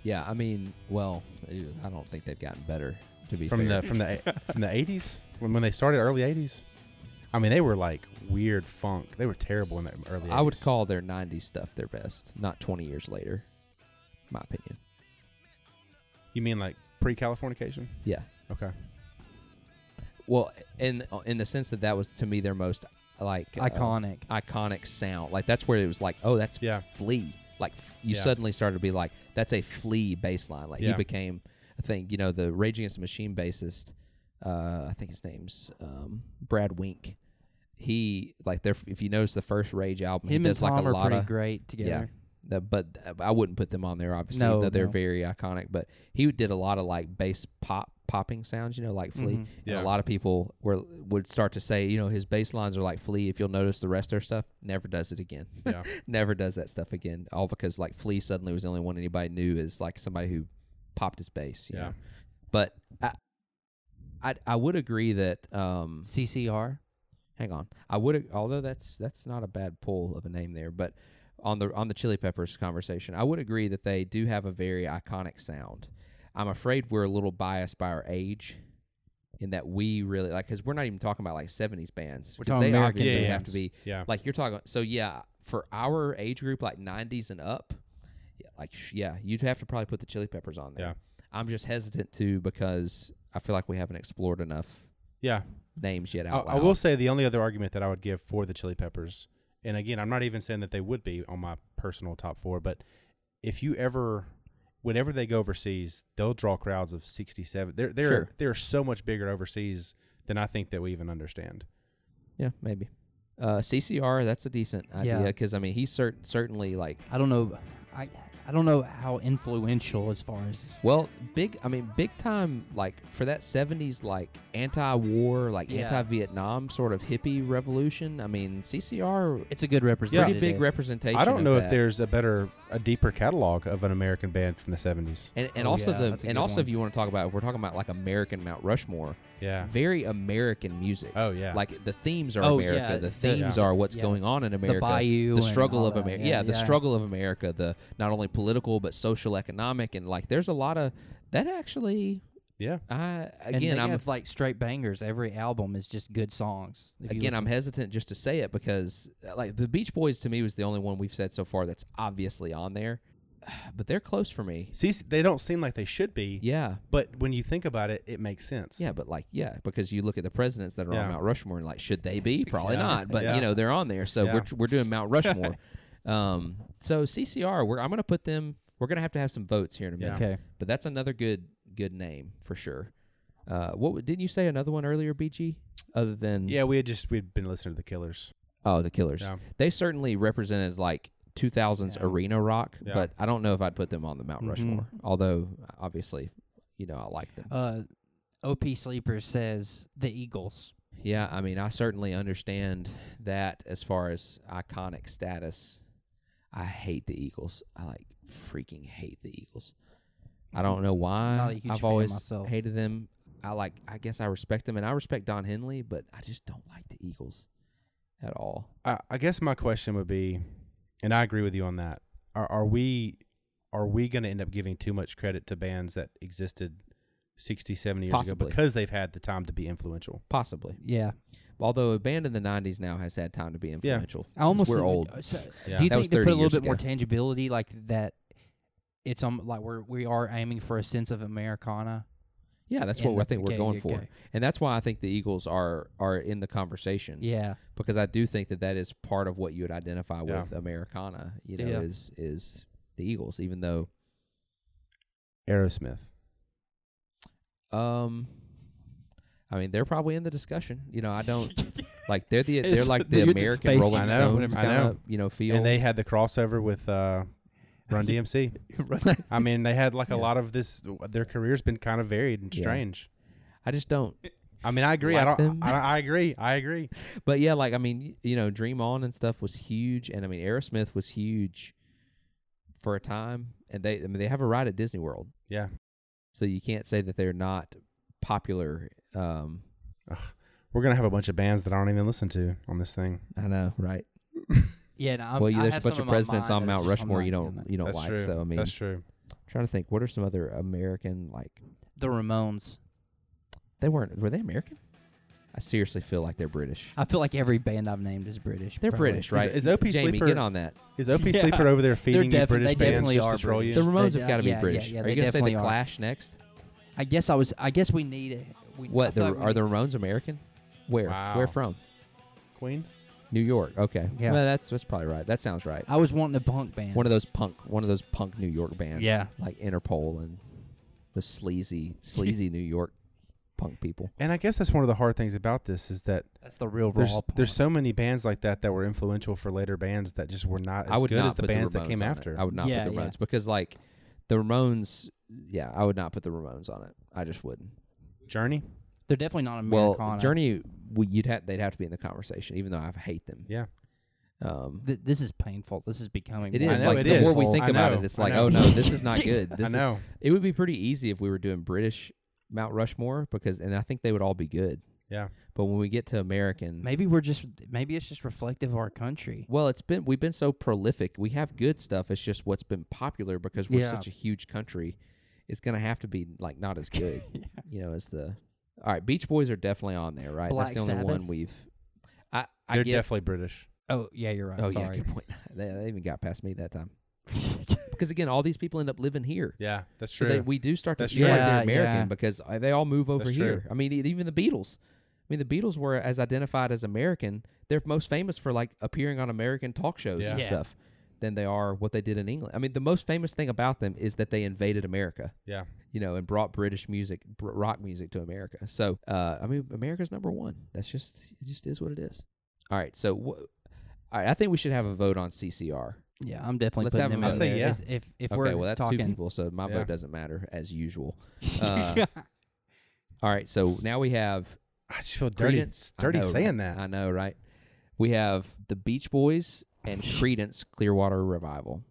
Speaker 1: Yeah, I mean, well, ew, I don't think they've gotten better. To be
Speaker 3: from
Speaker 1: fair.
Speaker 3: the from the
Speaker 1: uh,
Speaker 3: from the 80s when, when they started early 80s. I mean, they were like weird funk. They were terrible in the early. 80s.
Speaker 1: I would call their 90s stuff their best, not 20 years later. My opinion.
Speaker 3: You mean like pre-Californication?
Speaker 1: Yeah.
Speaker 3: Okay.
Speaker 1: Well, in in the sense that that was to me their most like uh,
Speaker 2: iconic.
Speaker 1: iconic sound. Like that's where it was like, oh, that's
Speaker 3: Yeah.
Speaker 1: Flea. Like f- you
Speaker 3: Yeah.
Speaker 1: suddenly started to be like, that's a Flea bass line. Like
Speaker 3: Yeah.
Speaker 1: he became a thing. You know, the Rage Against the Machine bassist, uh, I think his name's um, Brad Wink. He like their if you notice the first Rage album,
Speaker 2: Him
Speaker 1: he
Speaker 2: and
Speaker 1: does
Speaker 2: Tom
Speaker 1: like a
Speaker 2: are
Speaker 1: lot
Speaker 2: pretty
Speaker 1: of
Speaker 2: great together.
Speaker 1: The, but th- I wouldn't put them on there, obviously,
Speaker 2: No,
Speaker 1: though they're
Speaker 2: no.
Speaker 1: very iconic. But he did a lot of like bass pop popping sounds, you know, like Flea. And
Speaker 2: Mhm.
Speaker 1: a
Speaker 3: Yeah.
Speaker 1: lot of people were would start to say, you know, his bass lines are like Flea. If you'll notice, the rest of their stuff never does it again.
Speaker 3: Yeah.
Speaker 1: never does that stuff again. All because like Flea suddenly was the only one anybody knew is like somebody who popped his bass. You
Speaker 3: Yeah.
Speaker 1: Know? But I, I I would agree that um
Speaker 2: CCR.
Speaker 1: hang on. I would although that's that's not a bad pull of a name there, but on the on the Chili Peppers conversation, I would agree that they do have a very iconic sound. I'm afraid we're a little biased by our age in that we really like cuz we're not even talking about like 70s bands.
Speaker 2: We're
Speaker 1: 'cause
Speaker 2: talking
Speaker 1: they
Speaker 2: American
Speaker 1: obviously
Speaker 3: bands.
Speaker 1: have to be
Speaker 3: Yeah.
Speaker 1: like you're talking so yeah, for our age group like 90s and up, yeah, like sh- yeah, you'd have to probably put the Chili Peppers on there.
Speaker 3: Yeah.
Speaker 1: I'm just hesitant to because I feel like we haven't explored enough
Speaker 3: Yeah.
Speaker 1: names yet
Speaker 3: I,
Speaker 1: out
Speaker 3: I
Speaker 1: loud.
Speaker 3: will say the only other argument that I would give for the Chili Peppers, and again, I'm not even saying that they would be on my personal top four, but if you ever, whenever they go overseas, they'll draw crowds of 67. They're they're
Speaker 1: Sure.
Speaker 3: they're so much bigger overseas than I think that we even understand.
Speaker 1: Yeah, maybe. Uh, CCR, that's a decent idea
Speaker 2: Yeah.
Speaker 1: because I mean he's cer- certainly like
Speaker 2: I don't know. I I don't know how influential as far as
Speaker 1: well big. I mean big time like for that '70s like anti-war, like
Speaker 2: Yeah.
Speaker 1: anti-Vietnam sort of hippie revolution. I mean CCR,
Speaker 2: it's a good
Speaker 1: pretty
Speaker 2: representative.
Speaker 1: big representation.
Speaker 3: I don't
Speaker 1: of
Speaker 3: know if
Speaker 1: that.
Speaker 3: there's a better, a deeper catalog of an American band from the 70s.
Speaker 1: And, and
Speaker 2: Oh,
Speaker 1: also
Speaker 2: yeah, that's
Speaker 1: the
Speaker 2: a
Speaker 1: and
Speaker 2: good
Speaker 1: also
Speaker 2: one.
Speaker 1: if you want to talk about if we're talking about like American Mount Rushmore,
Speaker 3: Yeah.
Speaker 1: very American music.
Speaker 3: Oh, yeah.
Speaker 1: like the themes are
Speaker 2: Oh,
Speaker 1: America.
Speaker 2: yeah,
Speaker 1: The
Speaker 2: the-
Speaker 1: themes
Speaker 3: yeah.
Speaker 1: are what's
Speaker 2: yeah.
Speaker 1: going on in America.
Speaker 2: bayou
Speaker 1: the
Speaker 2: and
Speaker 1: struggle
Speaker 2: all
Speaker 1: of
Speaker 2: that,
Speaker 1: America.
Speaker 2: yeah,
Speaker 1: Yeah, the
Speaker 2: yeah.
Speaker 1: struggle of America. The not only political but social, economic, and like there's a lot of that actually.
Speaker 3: Yeah.
Speaker 1: I
Speaker 2: And
Speaker 1: again
Speaker 2: they
Speaker 1: I'm
Speaker 2: have like straight bangers. Every album is just good songs. If you
Speaker 1: again I'm
Speaker 2: listen-
Speaker 1: hesitant just to say it because uh, like the Beach Boys to me was the only one we've said so far that's obviously on there. but they're close for me.
Speaker 3: See, they don't seem like they should be.
Speaker 1: Yeah.
Speaker 3: But when you think about it, it makes sense.
Speaker 1: Yeah, but like, yeah, because you look at the presidents that are on
Speaker 3: Yeah.
Speaker 1: Mount Rushmore, and like, should they be? Probably
Speaker 3: Yeah.
Speaker 1: not. But
Speaker 3: Yeah.
Speaker 1: you know, they're on there, so
Speaker 3: Yeah.
Speaker 1: we're we're doing Mount Rushmore. um, so CCR, we're I'm gonna put them. We're gonna have to have some votes here in a minute.
Speaker 2: Okay.
Speaker 1: But that's another good good name for sure. Uh, what w- didn't you say another one earlier, BG? Other than
Speaker 3: Yeah, we had just we'd been listening to the Killers.
Speaker 1: oh, the Killers.
Speaker 3: Yeah.
Speaker 1: They certainly represented like 2000s arena rock,
Speaker 3: Yeah. Mm-hmm.
Speaker 1: but I don't know if I'd put them on the Mount
Speaker 2: Mhm.
Speaker 1: Rushmore. Although obviously, you know, I like them.
Speaker 2: Uh, OP Sleeper says the Eagles.
Speaker 1: Yeah, I mean, I certainly understand that as far as iconic status. I hate the Eagles. I like freaking hate the Eagles. I don't know why.
Speaker 2: Not a huge
Speaker 1: I've
Speaker 2: fan
Speaker 1: always
Speaker 2: myself.
Speaker 1: hated them. I like. I guess I respect them, and I respect Don Henley, but I just don't like the Eagles at all.
Speaker 3: I, I guess my question would be, and I agree with you on that. Are, are we are we going to end up giving too much credit to bands that existed 60, 70 years
Speaker 1: Possibly.
Speaker 3: ago because they've had the time to be influential?
Speaker 1: Possibly,
Speaker 2: Yeah,
Speaker 1: although a band in the '90s now has had time to be influential. 'cause
Speaker 2: I almost
Speaker 1: we're
Speaker 2: think-
Speaker 1: old.
Speaker 2: uh, so-
Speaker 3: Yeah.
Speaker 2: Do you
Speaker 1: That was
Speaker 2: think they
Speaker 1: 30
Speaker 2: put a little
Speaker 1: years
Speaker 2: bit more
Speaker 1: ago.
Speaker 2: tangibility, like that? It's um, like we're we are aiming for a sense of Americana.
Speaker 1: Yeah, that's
Speaker 2: in
Speaker 1: what I
Speaker 2: the-
Speaker 1: think we're
Speaker 2: okay,
Speaker 1: going
Speaker 2: okay.
Speaker 1: for, and that's why I think the Eagles are are in the conversation.
Speaker 2: Yeah,
Speaker 1: because I do think that that is part of what you would identify
Speaker 3: Yeah.
Speaker 1: with Americana. You know,
Speaker 2: Yeah.
Speaker 1: is is the Eagles, even though
Speaker 3: Aerosmith.
Speaker 1: um, I mean they're probably in the discussion. You know, I don't like they're the they're like the American Rolling
Speaker 3: I know,
Speaker 1: Stones
Speaker 3: I
Speaker 1: kind of
Speaker 3: know.
Speaker 1: you know feel.
Speaker 3: And they had the crossover with uh, Run DMC. I mean, they had like a lot of this. Their career's been kind of varied and
Speaker 1: Yeah.
Speaker 3: strange.
Speaker 1: I just don't.
Speaker 3: I mean, I agree.
Speaker 1: Like
Speaker 3: I
Speaker 1: them.
Speaker 3: don't. I, I agree. I agree.
Speaker 1: But yeah, like I mean, y- you know, Dream On and stuff was huge, and I mean Aerosmith was huge for a time, and they I mean they have a ride at Disney World,
Speaker 3: Yeah.
Speaker 1: so you can't say that they're not popular. Um,
Speaker 3: We're gonna have a bunch of bands that I don't even listen to on this thing.
Speaker 1: I know, right?
Speaker 2: yeah. No, I'm,
Speaker 1: well,
Speaker 2: I
Speaker 1: you, there's a
Speaker 2: have some
Speaker 1: bunch of
Speaker 2: in my
Speaker 1: presidents
Speaker 2: mind
Speaker 1: on
Speaker 2: that are
Speaker 1: Mount
Speaker 2: just
Speaker 1: Rushmore
Speaker 2: not
Speaker 1: you
Speaker 2: in
Speaker 1: don't
Speaker 2: it.
Speaker 1: you don't
Speaker 3: That's
Speaker 1: like.
Speaker 3: true.
Speaker 1: So I mean,
Speaker 3: That's true.
Speaker 1: trying to think, what are some other American like?
Speaker 2: The Ramones.
Speaker 1: They weren't. Were they American? I seriously feel like they're British.
Speaker 2: I feel like every band I've named is British.
Speaker 1: They're
Speaker 2: probably.
Speaker 1: British, right?
Speaker 3: is OP
Speaker 1: Jamie,
Speaker 3: Sleeper-
Speaker 1: get on that.
Speaker 3: Is OP
Speaker 2: Yeah.
Speaker 3: Sleeper over there feeding you
Speaker 2: defi-
Speaker 3: British
Speaker 2: they
Speaker 3: bands
Speaker 2: definitely
Speaker 3: just
Speaker 2: are
Speaker 3: to troll you?
Speaker 1: The
Speaker 2: British.
Speaker 1: Ramones
Speaker 2: They-
Speaker 1: have got to be
Speaker 2: yeah, yeah,
Speaker 1: British.
Speaker 2: yeah,
Speaker 1: are
Speaker 2: they
Speaker 1: you gonna say the
Speaker 2: definitely are.
Speaker 1: Clash next?
Speaker 2: I guess I was. I guess we need it. We, I
Speaker 1: What?
Speaker 2: feel
Speaker 1: The,
Speaker 2: like we
Speaker 1: are the
Speaker 2: need-
Speaker 1: Ramones American? Where?
Speaker 3: Wow.
Speaker 1: Where from?
Speaker 3: Queens.
Speaker 1: New York. Okay.
Speaker 2: Yeah. Oh,
Speaker 1: Well, that's that's probably right. That sounds right.
Speaker 2: I was wanting a punk band.
Speaker 1: One of those punk, one of those punk New York bands.
Speaker 2: Yeah.
Speaker 1: Like Interpol and the sleazy, sleazy New York punk people.
Speaker 3: And I guess that's one of the hard things about this is that
Speaker 2: That's the real raw.
Speaker 3: there's
Speaker 2: punk.
Speaker 3: there's so many bands like that that were influential for later bands that just were not as
Speaker 1: I would
Speaker 3: good
Speaker 1: not
Speaker 3: as the
Speaker 1: put
Speaker 3: bands
Speaker 1: Ramones
Speaker 3: that came
Speaker 1: on it.
Speaker 3: after.
Speaker 1: I would not
Speaker 2: Yeah,
Speaker 1: put the
Speaker 2: yeah.
Speaker 1: Ramones because like the Ramones, yeah, I would not put the Ramones on it. I just wouldn't.
Speaker 3: Journey.
Speaker 2: They're definitely not Americana.
Speaker 1: Well, Journey, we, you'd have they'd have to be in the conversation, even though I hate them.
Speaker 3: Yeah.
Speaker 1: Um,
Speaker 2: Th- this is painful. This is becoming.
Speaker 1: it
Speaker 2: more
Speaker 1: is
Speaker 3: know,
Speaker 1: like
Speaker 3: it
Speaker 1: the more
Speaker 3: is.
Speaker 1: we
Speaker 3: Oh,
Speaker 1: think
Speaker 3: I
Speaker 1: about
Speaker 3: know,
Speaker 1: it, it's
Speaker 3: I
Speaker 1: like,
Speaker 3: know.
Speaker 1: oh no, this is not good. This
Speaker 3: I know.
Speaker 1: Is, it would be pretty easy if we were doing British Mount Rushmore because, and I think they would all be good.
Speaker 3: yeah.
Speaker 1: But when we get to American,
Speaker 2: Maybe we're just maybe it's just reflective of our country.
Speaker 1: Well, it's been we've been so prolific. We have good stuff. It's just what's been popular because we're
Speaker 2: Yeah.
Speaker 1: such a huge country. It's gonna have to be like not as good, you know, as the. All right, Beach Boys are definitely on there, right?
Speaker 2: Black
Speaker 1: That's the only one
Speaker 2: Sabbath?
Speaker 1: we've. I I
Speaker 3: They're
Speaker 1: get.
Speaker 3: definitely British.
Speaker 2: Oh yeah, you're right.
Speaker 1: oh
Speaker 2: Sorry.
Speaker 1: yeah, good point. they, they even got past me that time. because again, all these people end up living here.
Speaker 3: Yeah, that's
Speaker 1: So
Speaker 3: true.
Speaker 1: they, we do start to
Speaker 3: That's
Speaker 1: feel like they're
Speaker 2: true. Yeah,
Speaker 1: American
Speaker 2: yeah.
Speaker 1: because uh, they all move over
Speaker 3: That's
Speaker 1: here.
Speaker 3: true.
Speaker 1: I mean, e- even the Beatles. I mean, the Beatles were as identified as American. They're most famous for like appearing on American talk shows and
Speaker 2: Yeah.
Speaker 1: stuff than they are what they did in England. I mean, the most famous thing about them is that they invaded America,
Speaker 3: yeah.
Speaker 1: you know, and brought British music, br- rock music to America. So, uh, I mean, America's number one. That's just it. Just is what it is. All right. So, wh- all right. I think we should have a vote on CCR.
Speaker 2: Yeah, I'm definitely
Speaker 1: Let's
Speaker 2: putting
Speaker 1: have
Speaker 2: them
Speaker 1: a
Speaker 2: in
Speaker 1: vote.
Speaker 3: I say
Speaker 2: there.
Speaker 3: yeah.
Speaker 2: Is- If if
Speaker 1: okay.
Speaker 2: we're
Speaker 1: Well, that's
Speaker 2: talking,
Speaker 1: two people, so my
Speaker 3: Yeah.
Speaker 1: vote doesn't matter as usual. Uh, All right, so now we have
Speaker 3: I just feel dirty.
Speaker 1: Credence.
Speaker 3: It's dirty saying
Speaker 1: I
Speaker 3: that.
Speaker 1: know, right? We have the Beach Boys and Credence Clearwater Revival.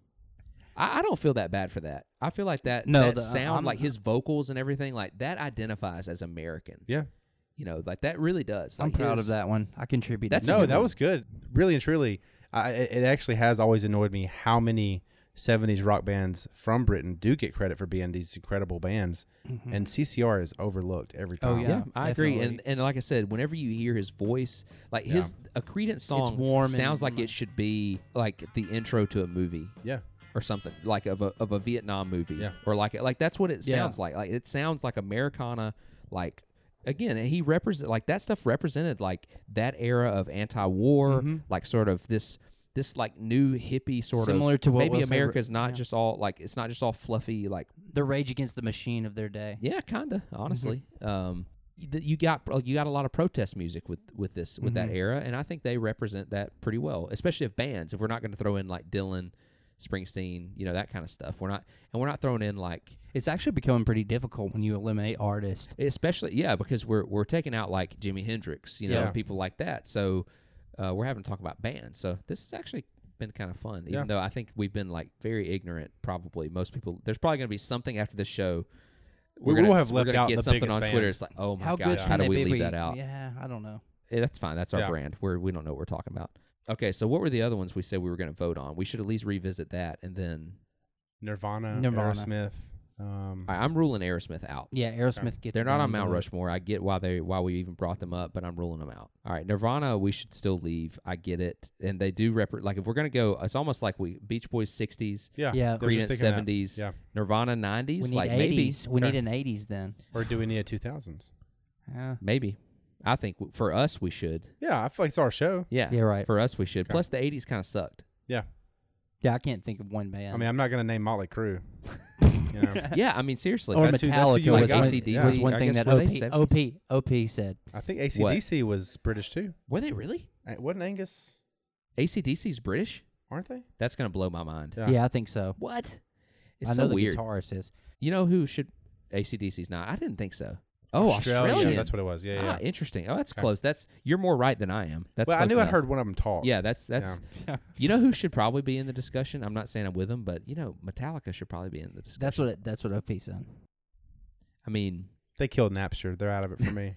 Speaker 1: I, I don't feel that bad for that. I feel like that
Speaker 2: No,
Speaker 1: that
Speaker 2: the- uh,
Speaker 1: sound,
Speaker 2: I'm-
Speaker 1: like his vocals and everything, like that identifies as American.
Speaker 3: Yeah.
Speaker 1: You know, like that really does.
Speaker 2: I'm
Speaker 1: Like,
Speaker 2: proud
Speaker 1: his-
Speaker 2: of that one. I contributed.
Speaker 1: That's
Speaker 2: to
Speaker 1: a
Speaker 3: No,
Speaker 2: it.
Speaker 1: good
Speaker 3: that
Speaker 1: one.
Speaker 3: was good. Really and truly, I, it it actually has always annoyed me how many '70s rock bands from Britain do get credit for being these incredible bands, and CCR is overlooked every
Speaker 2: Oh,
Speaker 3: time.
Speaker 1: Mm-hmm. Yeah, I agree. And
Speaker 2: definitely.
Speaker 1: and like I said, whenever you hear his voice, like his a Credence song
Speaker 2: warm and-
Speaker 1: sounds like it should be like the intro to a movie.
Speaker 3: yeah.
Speaker 1: or something like of a of a Vietnam movie
Speaker 3: Yeah.
Speaker 1: or like like that's what it
Speaker 2: Yeah.
Speaker 1: sounds like. Like it sounds like Americana. Like again, he represent like that stuff represented like that era of anti-war,
Speaker 2: Mm-hmm.
Speaker 1: like sort of this this like new hippie sort of
Speaker 2: Similar to what
Speaker 1: maybe
Speaker 2: was over-
Speaker 1: America's not just all like it's not just all fluffy like
Speaker 2: The Rage Against the Machine of their day.
Speaker 1: yeah, kinda. Honestly, um, y- th- you got pro- you got a lot of protest music with with this with that era, and I think they represent that pretty well. Especially if bands, if we're not going to throw in like Dylan, Springsteen, you know that kind of stuff. We're not, and we're not throwing in like
Speaker 2: It's actually becoming pretty difficult when you eliminate artists.
Speaker 1: especially yeah because we're we're taking out like Jimi Hendrix, you know,
Speaker 3: Yeah.
Speaker 1: people like that. So uh, we're having to talk about bands. So this has actually been kind of fun, even
Speaker 3: Yeah.
Speaker 1: though I think we've been like very ignorant. Probably most people. There's probably going to be something after this show.
Speaker 3: We
Speaker 1: We're gonna,
Speaker 3: will have
Speaker 1: we're
Speaker 3: left
Speaker 1: gonna
Speaker 3: out
Speaker 1: get
Speaker 3: the
Speaker 1: something
Speaker 3: biggest
Speaker 1: on
Speaker 3: band.
Speaker 1: Twitter. It's like, oh my
Speaker 2: how
Speaker 1: gosh,
Speaker 2: good
Speaker 1: how
Speaker 2: can
Speaker 1: do
Speaker 2: they
Speaker 1: we
Speaker 2: be
Speaker 1: leave
Speaker 2: for
Speaker 1: that
Speaker 2: you?
Speaker 1: out?
Speaker 2: Yeah, I don't know.
Speaker 1: Eh, that's fine. That's our
Speaker 3: Yeah.
Speaker 1: brand. We're, we don't know what we're talking about. Okay, so what were the other ones we said we were going to vote on? We should at least revisit that, and then
Speaker 3: Nirvana,
Speaker 2: Nirvana.
Speaker 3: Aerosmith. Um,
Speaker 1: I, I'm ruling Aerosmith out.
Speaker 2: Yeah, Aerosmith gets.
Speaker 1: They're not
Speaker 2: down
Speaker 1: on Mount
Speaker 2: to-
Speaker 1: Rushmore. I get why they why we even brought them up, but I'm ruling them out. All right, Nirvana, we should still leave. I get it, and they do rep like if we're going to go, it's almost like we Beach Boys '60s,
Speaker 3: yeah,
Speaker 2: Yeah.
Speaker 3: I was just
Speaker 1: Creedence
Speaker 3: thinking that.
Speaker 1: '70s,
Speaker 3: Yeah,
Speaker 1: Nirvana '90s,
Speaker 2: We need
Speaker 1: like maybe
Speaker 2: 80s. We
Speaker 3: Okay.
Speaker 2: need an 80s then.
Speaker 3: or do we need a two thousands?
Speaker 2: Yeah.
Speaker 1: maybe. I think w- for us we should.
Speaker 3: Yeah, I feel like it's our show.
Speaker 1: Yeah,
Speaker 2: Yeah, right.
Speaker 1: For us we should. Plus the '80s kind of sucked.
Speaker 3: Yeah,
Speaker 2: Yeah, I can't think of one band.
Speaker 3: I mean, I'm not gonna name Motley Crue. you know,
Speaker 1: Yeah, I mean seriously.
Speaker 2: or
Speaker 3: that's who- that's who
Speaker 2: Metallica
Speaker 3: you
Speaker 2: was,
Speaker 1: like
Speaker 2: one,
Speaker 1: AC/DC,
Speaker 2: was one
Speaker 1: I
Speaker 2: thing
Speaker 1: guess,
Speaker 2: that
Speaker 1: were
Speaker 2: OP,
Speaker 1: they
Speaker 2: OP OP said.
Speaker 3: I think ACDC was British too.
Speaker 1: Were they really?
Speaker 3: Uh, Wasn't Angus?
Speaker 1: ACDC's British?
Speaker 3: Aren't they?
Speaker 1: That's gonna blow my mind.
Speaker 3: Yeah.
Speaker 2: Yeah, I think so.
Speaker 1: What? It's
Speaker 2: I know
Speaker 1: so
Speaker 2: the
Speaker 1: weird.
Speaker 2: guitarist is.
Speaker 1: You know who should ACDC's not? I didn't think so. Oh, Australian.
Speaker 3: That's what it was. Yeah, yeah.
Speaker 1: Ah, interesting. Oh, that's close. That's you're more right than I am. That's
Speaker 3: well, I
Speaker 1: close
Speaker 3: knew
Speaker 1: enough.
Speaker 3: I heard one of them talk.
Speaker 1: Yeah, that's that's.
Speaker 2: Yeah.
Speaker 1: You know who should probably be in the discussion? I'm not saying I'm with them, but you know Metallica should probably be in the discussion.
Speaker 2: That's what it, that's what OP said.
Speaker 1: I mean,
Speaker 3: They killed Napster. They're out of it for me.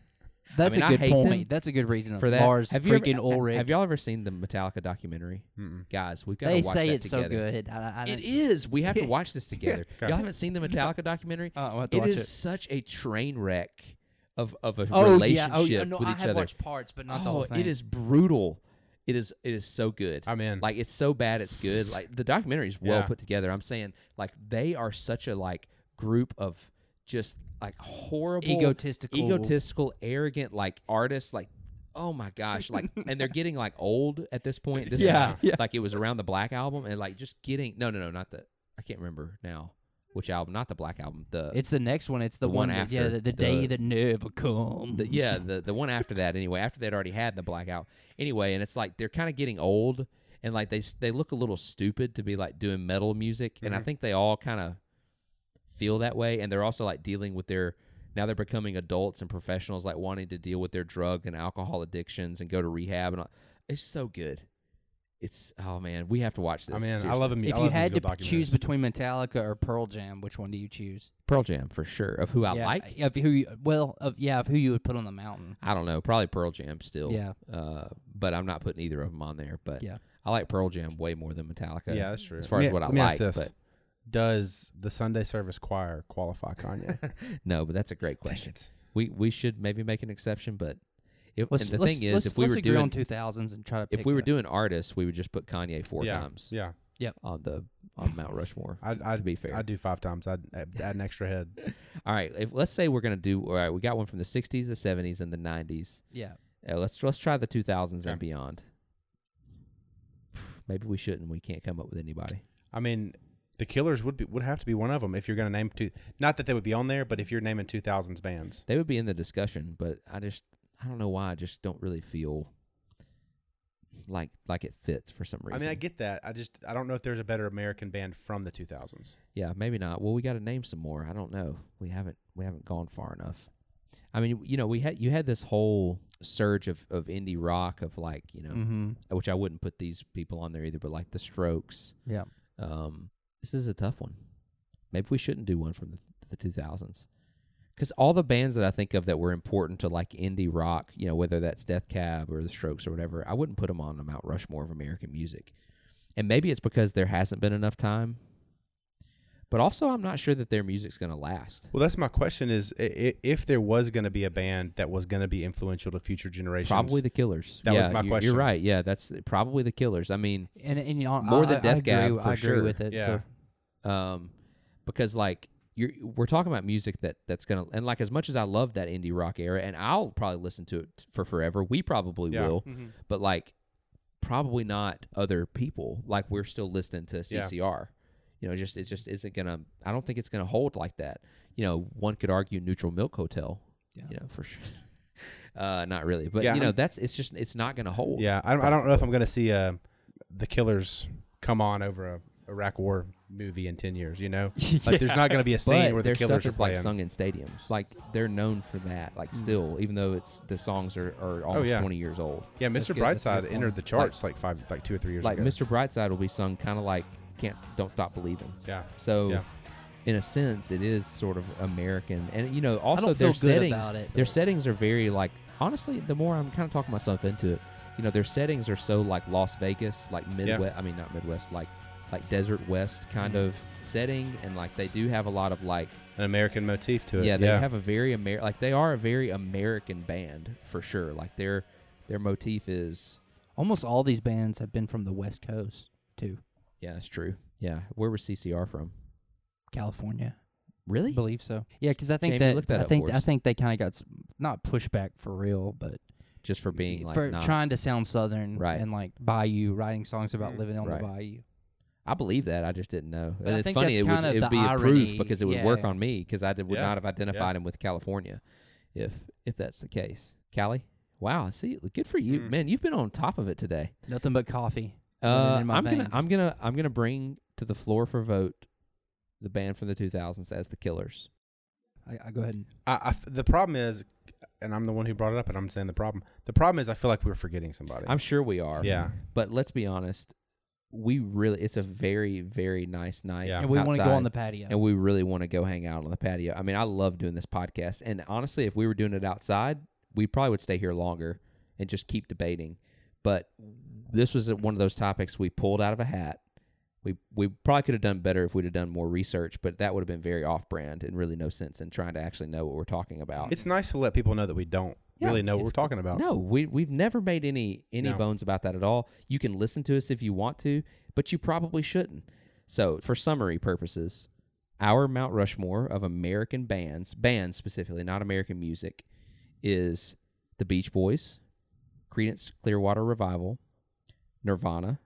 Speaker 2: That's
Speaker 1: mean, I
Speaker 2: a good
Speaker 1: hate
Speaker 2: point.
Speaker 1: them
Speaker 2: That's a good reason
Speaker 1: for that,
Speaker 2: Lars
Speaker 1: have you ever-
Speaker 2: freaking Ulrich.
Speaker 1: Have y'all ever seen the Metallica documentary?
Speaker 3: Mm-mm.
Speaker 1: Guys, we've got
Speaker 2: they
Speaker 1: to watch
Speaker 2: say
Speaker 1: that
Speaker 2: it's so
Speaker 1: together.
Speaker 2: good. I, I
Speaker 1: It
Speaker 2: don't-
Speaker 1: is. We have to watch this together.
Speaker 3: Okay.
Speaker 1: Y'all haven't seen the Metallica documentary?
Speaker 2: Uh, I'll have to
Speaker 1: It
Speaker 2: watch
Speaker 1: is
Speaker 2: it.
Speaker 1: such a train wreck of of a
Speaker 2: Oh yeah.
Speaker 1: relationship
Speaker 2: Oh yeah. No,
Speaker 1: with
Speaker 2: I
Speaker 1: each
Speaker 2: have
Speaker 1: other.
Speaker 2: watched parts, but not
Speaker 1: oh,
Speaker 2: the whole thing.
Speaker 1: it is brutal. It is it is so good.
Speaker 3: I'm in.
Speaker 1: Like it's so bad it's good. Like the documentary is well
Speaker 3: Yeah.
Speaker 1: put together. I'm saying like they are such a like group of just like horrible
Speaker 2: Egotistical.
Speaker 1: egotistical, arrogant like artists like Oh my gosh! Like, and they're getting like old at this point. This is
Speaker 2: Yeah,
Speaker 1: like-
Speaker 2: yeah.
Speaker 1: like it was around the Black album, and like just getting no, no, no, not the. I can't remember now which album, not the Black album. The
Speaker 2: It's the next one. It's the,
Speaker 1: The one
Speaker 2: one, that- yeah,
Speaker 1: after
Speaker 2: the, the
Speaker 1: the-
Speaker 2: day that never comes.
Speaker 1: the, yeah, the the one after that anyway. After they'd already had the blackout anyway, and it's like they're kind of getting old, and like they s- they look a little stupid to be like doing metal music, and I think they all kind of feel that way, and they're also like dealing with their now they're becoming adults and professionals, like wanting to deal with their drug and alcohol addictions and go to rehab, and all. it's so good. It's oh man, we have to watch this.
Speaker 3: I'm in. I
Speaker 1: seriously.
Speaker 3: love them.
Speaker 2: If you had to p- choose between Metallica or Pearl Jam, which one do you choose?
Speaker 1: Pearl Jam for sure. Of who I
Speaker 2: yeah,
Speaker 1: like,
Speaker 2: of who? You, well, of yeah, of who you would put on the mountain.
Speaker 1: I don't know. Probably Pearl Jam still.
Speaker 2: Yeah.
Speaker 1: Uh, but I'm not putting either of them on there. But
Speaker 2: Yeah.
Speaker 1: I like Pearl Jam way more than Metallica.
Speaker 3: yeah, that's true.
Speaker 1: As far
Speaker 3: Let
Speaker 1: as
Speaker 3: me-
Speaker 1: what I
Speaker 3: let me
Speaker 1: like,
Speaker 3: ask this.
Speaker 1: but
Speaker 3: does the Sunday Service Choir qualify Kanye?
Speaker 1: no, but that's a great question. We we should maybe make an exception, but if
Speaker 2: Let's-
Speaker 1: and the
Speaker 2: let's-
Speaker 1: thing is,
Speaker 2: let's-
Speaker 1: if we
Speaker 2: let's
Speaker 1: were
Speaker 2: agree
Speaker 1: doing
Speaker 2: on two thousands and try to
Speaker 1: if
Speaker 2: pick
Speaker 1: we were
Speaker 2: a-
Speaker 1: doing artists, we would just put Kanye four
Speaker 3: yeah,
Speaker 1: times
Speaker 3: yeah.
Speaker 1: on the on Mount Rushmore.
Speaker 3: I'd, I'd
Speaker 1: to be fair,
Speaker 3: I'd do five times. I'd, I'd add an extra head.
Speaker 1: all right. If let's say we're gonna do all right, we got one from the '60s, the '70s, and the '90s.
Speaker 2: yeah,
Speaker 1: Uh, let's let's try the 2000s
Speaker 3: Okay.
Speaker 1: and beyond. Maybe we shouldn't. We can't come up with anybody.
Speaker 3: I mean, the Killers would be would have to be one of them if you're going to name two. Not that they would be on there, but if you're naming two thousands bands,
Speaker 1: They would be in the discussion, but I just I don't know why I just don't really feel like like it fits for some reason.
Speaker 3: I mean, I get that. I just I don't know if there's a better American band from the two thousands.
Speaker 1: yeah, maybe not. Well, we got to name some more. I don't know. We haven't we haven't gone far enough. I mean, you know, we had you had this whole surge of of indie rock of like you know,
Speaker 2: mm-hmm.
Speaker 1: which I wouldn't put these people on there either, but like the Strokes.
Speaker 2: yeah.
Speaker 1: Um, this is a tough one. Maybe we shouldn't do one from the, the 2000s. Because all the bands that I think of that were important to like indie rock, you know, whether that's Death Cab or The Strokes or whatever, I wouldn't put them on the Mount Rushmore of American music. And maybe it's because there hasn't been enough time. But also, I'm not sure that their music's going to last.
Speaker 3: Well, that's my question: is i- i- if there was going to be a band that was going to be influential to future generations,
Speaker 1: Probably the Killers.
Speaker 3: That was
Speaker 1: Yeah,
Speaker 3: my
Speaker 1: you-
Speaker 3: question.
Speaker 1: You're right. Yeah, that's probably the Killers. I mean,
Speaker 2: And, and you know,
Speaker 1: More
Speaker 2: I,
Speaker 1: than
Speaker 2: I-
Speaker 1: Death
Speaker 2: I agree,
Speaker 1: Cab,
Speaker 2: w- I
Speaker 1: for
Speaker 2: agree
Speaker 1: sure.
Speaker 2: with it.
Speaker 3: Yeah.
Speaker 2: So
Speaker 1: um, because like you're we're talking about music that that's gonna and like as much as I love that indie rock era, and I'll probably listen to it for forever. We probably
Speaker 3: Yeah. Mm-hmm.
Speaker 1: will, but like probably not other people. Like we're still listening to
Speaker 3: Yeah.
Speaker 1: CCR. You know, just it just isn't gonna. I don't think it's gonna hold like that. You know, one could argue Neutral Milk Hotel. Yeah, you know, for sure. Uh, not really, but
Speaker 3: Yeah,
Speaker 1: you know
Speaker 3: I'm-
Speaker 1: that's it's just it's not gonna hold.
Speaker 3: yeah, I don't, I don't know if I'm going to see uh, the Killers come on over a Iraq War movie in ten years. You know, like there's not going to be a scene
Speaker 1: but
Speaker 3: where the
Speaker 1: their
Speaker 3: Killers
Speaker 1: stuff
Speaker 3: are
Speaker 1: is like
Speaker 3: playing. Hmm.
Speaker 1: sung in stadiums. Like they're known for that. Like still, even though it's the songs are, are almost
Speaker 3: Oh, yeah.
Speaker 1: twenty years old.
Speaker 3: yeah,
Speaker 2: That's
Speaker 3: Mr.
Speaker 2: good- that's a good
Speaker 3: Brightside
Speaker 2: point.
Speaker 3: entered the charts like, five, like two or three years
Speaker 1: Like
Speaker 3: ago.
Speaker 1: Mr. Brightside will be sung kind of like "Can't Don't Stop Believing."
Speaker 3: Yeah.
Speaker 1: So,
Speaker 3: Yeah.
Speaker 1: in a sense, it is sort of American, and you know, also
Speaker 2: don't
Speaker 1: their
Speaker 2: feel good
Speaker 1: settings.
Speaker 2: about it,
Speaker 1: their
Speaker 2: but-
Speaker 1: settings are very like. Honestly, the more I'm kind of talking myself into it, you know, their settings are so like Las Vegas, like Midwest. I mean, not Midwest, like like desert West kind
Speaker 3: Mm-hmm.
Speaker 1: of setting, and like they do have a lot of like
Speaker 3: An American motif to it.
Speaker 1: Yeah, they have a very Amer like they are a very American band for sure. Like their their motif is
Speaker 2: almost all these bands have been from the West Coast too,
Speaker 1: yeah, that's true. Yeah, where was CCR from?
Speaker 2: California.
Speaker 1: Really?
Speaker 2: believe so. Yeah, because I think
Speaker 1: Jamie,
Speaker 2: that,
Speaker 1: look that
Speaker 2: I
Speaker 1: up
Speaker 2: think
Speaker 1: for
Speaker 2: I
Speaker 1: us.
Speaker 2: think they kind of got s- not pushback for real, but
Speaker 1: Just for being like
Speaker 2: for
Speaker 1: not-
Speaker 2: trying to sound southern,
Speaker 1: Right.
Speaker 2: And like bayou, writing songs about living on
Speaker 1: Right.
Speaker 2: the bayou.
Speaker 1: I believe that. I just didn't know.
Speaker 2: But
Speaker 1: and
Speaker 2: I
Speaker 1: it's
Speaker 2: think
Speaker 1: funny.
Speaker 2: that's
Speaker 1: It would,
Speaker 2: kind of
Speaker 1: it would
Speaker 2: the
Speaker 1: be
Speaker 2: irony,
Speaker 1: approved because it would work
Speaker 2: yeah.
Speaker 1: on me because I did, would
Speaker 3: Yeah,
Speaker 1: not have identified him with California, if if that's the case. Callie, wow. See, good for
Speaker 3: Hmm.
Speaker 1: you, man. You've been on top of it today.
Speaker 2: Nothing but coffee. running
Speaker 1: Uh,
Speaker 2: in
Speaker 1: I'm
Speaker 2: my
Speaker 1: gonna
Speaker 2: veins.
Speaker 1: I'm gonna I'm gonna bring to the floor for vote the band from the 2000s as the Killers.
Speaker 2: I, I go ahead. And,
Speaker 3: I, I f- the problem is, and I'm the one who brought it up, and I'm saying the problem. The problem is, I feel like we're forgetting somebody.
Speaker 1: I'm sure we are.
Speaker 3: yeah,
Speaker 1: But let's be honest, we really it's a very very nice night.
Speaker 3: Yeah.
Speaker 2: and we want to go on the
Speaker 1: outside,
Speaker 2: patio.
Speaker 1: and we really want to go hang out on the patio. I mean, I love doing this podcast, and honestly, if we were doing it outside, we probably would stay here longer and just keep debating. But this was one of those topics we pulled out of a hat. We we probably could have done better if we'd have done more research, but that would have been very off brand and really no sense in trying to actually know what we're talking about.
Speaker 3: it's nice to let people know that we don't
Speaker 1: Yeah,
Speaker 3: really know what
Speaker 1: it's
Speaker 3: we're talking
Speaker 2: Oh.
Speaker 3: about.
Speaker 1: No, we we've never made any any
Speaker 3: No.
Speaker 1: bones about that at all. You can listen to us if you want to, but you probably shouldn't. So, for summary purposes, our Mount Rushmore of American bands, bands specifically, not American music, is the Beach Boys, Credence Clearwater Revival, Nirvana,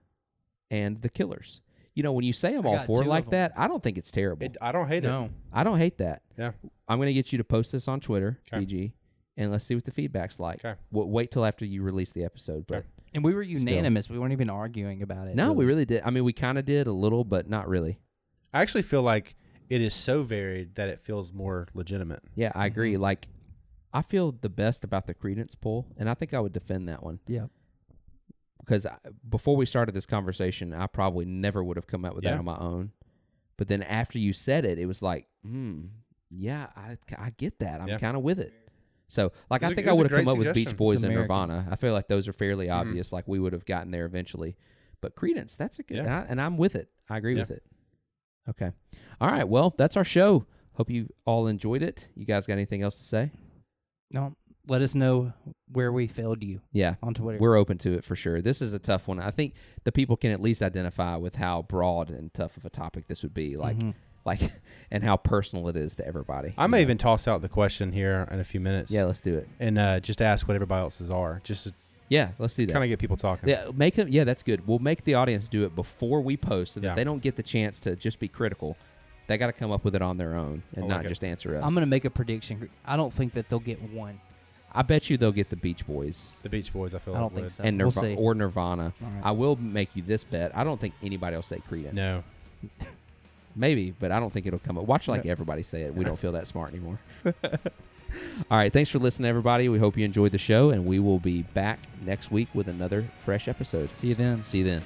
Speaker 1: and the Killers. You know, when you say them
Speaker 2: I
Speaker 1: all
Speaker 2: got
Speaker 1: four
Speaker 2: two
Speaker 1: like
Speaker 2: of 'em.
Speaker 1: that, I don't think it's terrible.
Speaker 3: It, I don't hate it.
Speaker 2: no,
Speaker 1: I don't hate that.
Speaker 3: Yeah.
Speaker 1: I'm gonna get you to post this on Twitter,
Speaker 3: Okay.
Speaker 1: BG, and let's see what the feedback's like.
Speaker 3: 'Kay.
Speaker 1: Wa- wait till after you release the episode, but
Speaker 3: Okay.
Speaker 2: and we were unanimous. We weren't even arguing about it.
Speaker 1: no, we really did. I mean, we kind of did a little, but not really.
Speaker 3: I actually feel like it is so varied that it feels more legitimate.
Speaker 1: Yeah, I agree.
Speaker 3: Mm-hmm.
Speaker 1: Like, I feel the best about the credence poll, and I think I would defend that one
Speaker 2: Yeah,
Speaker 1: because I, before we started this conversation, I probably never would have come up with that
Speaker 3: Yeah.
Speaker 1: on my own. But then after you said it, it was like, hmm, yeah, I, I get that. I'm
Speaker 3: Yeah.
Speaker 1: kind of with it. So, like,
Speaker 3: It was
Speaker 1: I
Speaker 3: a-
Speaker 1: think
Speaker 3: it
Speaker 1: I
Speaker 3: was a
Speaker 1: would have
Speaker 3: great
Speaker 1: come up with Beach
Speaker 3: suggestion. Mm-hmm.
Speaker 1: Boys
Speaker 2: It's
Speaker 1: and
Speaker 2: American.
Speaker 1: Nirvana. I feel like those are fairly obvious. Like, we would have gotten there eventually. But Credence, that's a good,
Speaker 3: Yeah.
Speaker 1: and, I, and I'm with it. I agree
Speaker 3: Yeah.
Speaker 1: with it. Okay. All right. Well, that's our show. Hope you all enjoyed it. You guys got anything else to say?
Speaker 2: no. Let us know where we failed you
Speaker 1: Yeah.
Speaker 2: on Twitter.
Speaker 1: We're open to it for sure. This is a tough one. I think the people can at least identify with how broad and tough of a topic this would be, like, like, and how personal it is to everybody.
Speaker 3: Mm-hmm. I may even toss out the question here in a few minutes.
Speaker 1: yeah, let's do it.
Speaker 3: and uh, just ask what everybody else's are, just to
Speaker 1: Yeah, let's do that.
Speaker 3: kind of get people talking.
Speaker 1: yeah, make them. Yeah, that's good. We'll make the audience do it before we post, so that
Speaker 3: Yeah.
Speaker 1: they don't get the chance to just be critical. They got to come up with it on their own and
Speaker 3: I
Speaker 1: not
Speaker 3: like it.
Speaker 1: just answer us.
Speaker 2: I'm gonna make a prediction. I don't think that they'll get one.
Speaker 1: I bet you they'll get the Beach Boys
Speaker 3: The Beach Boys, I feel.
Speaker 2: I
Speaker 3: like
Speaker 2: don't think
Speaker 3: would.
Speaker 2: so.
Speaker 1: and
Speaker 2: We'll
Speaker 1: Nirvana
Speaker 2: see.
Speaker 1: or Nirvana.
Speaker 2: All right.
Speaker 1: I will make you this bet. I don't think anybody will say Credence.
Speaker 3: No,
Speaker 1: Maybe, but I don't think it'll come up. Watch like everybody say it. We don't feel that smart anymore. All right. Thanks for listening, everybody. We hope you enjoyed the show, and we will be back next week with another fresh episode.
Speaker 2: See you then.
Speaker 1: See you then.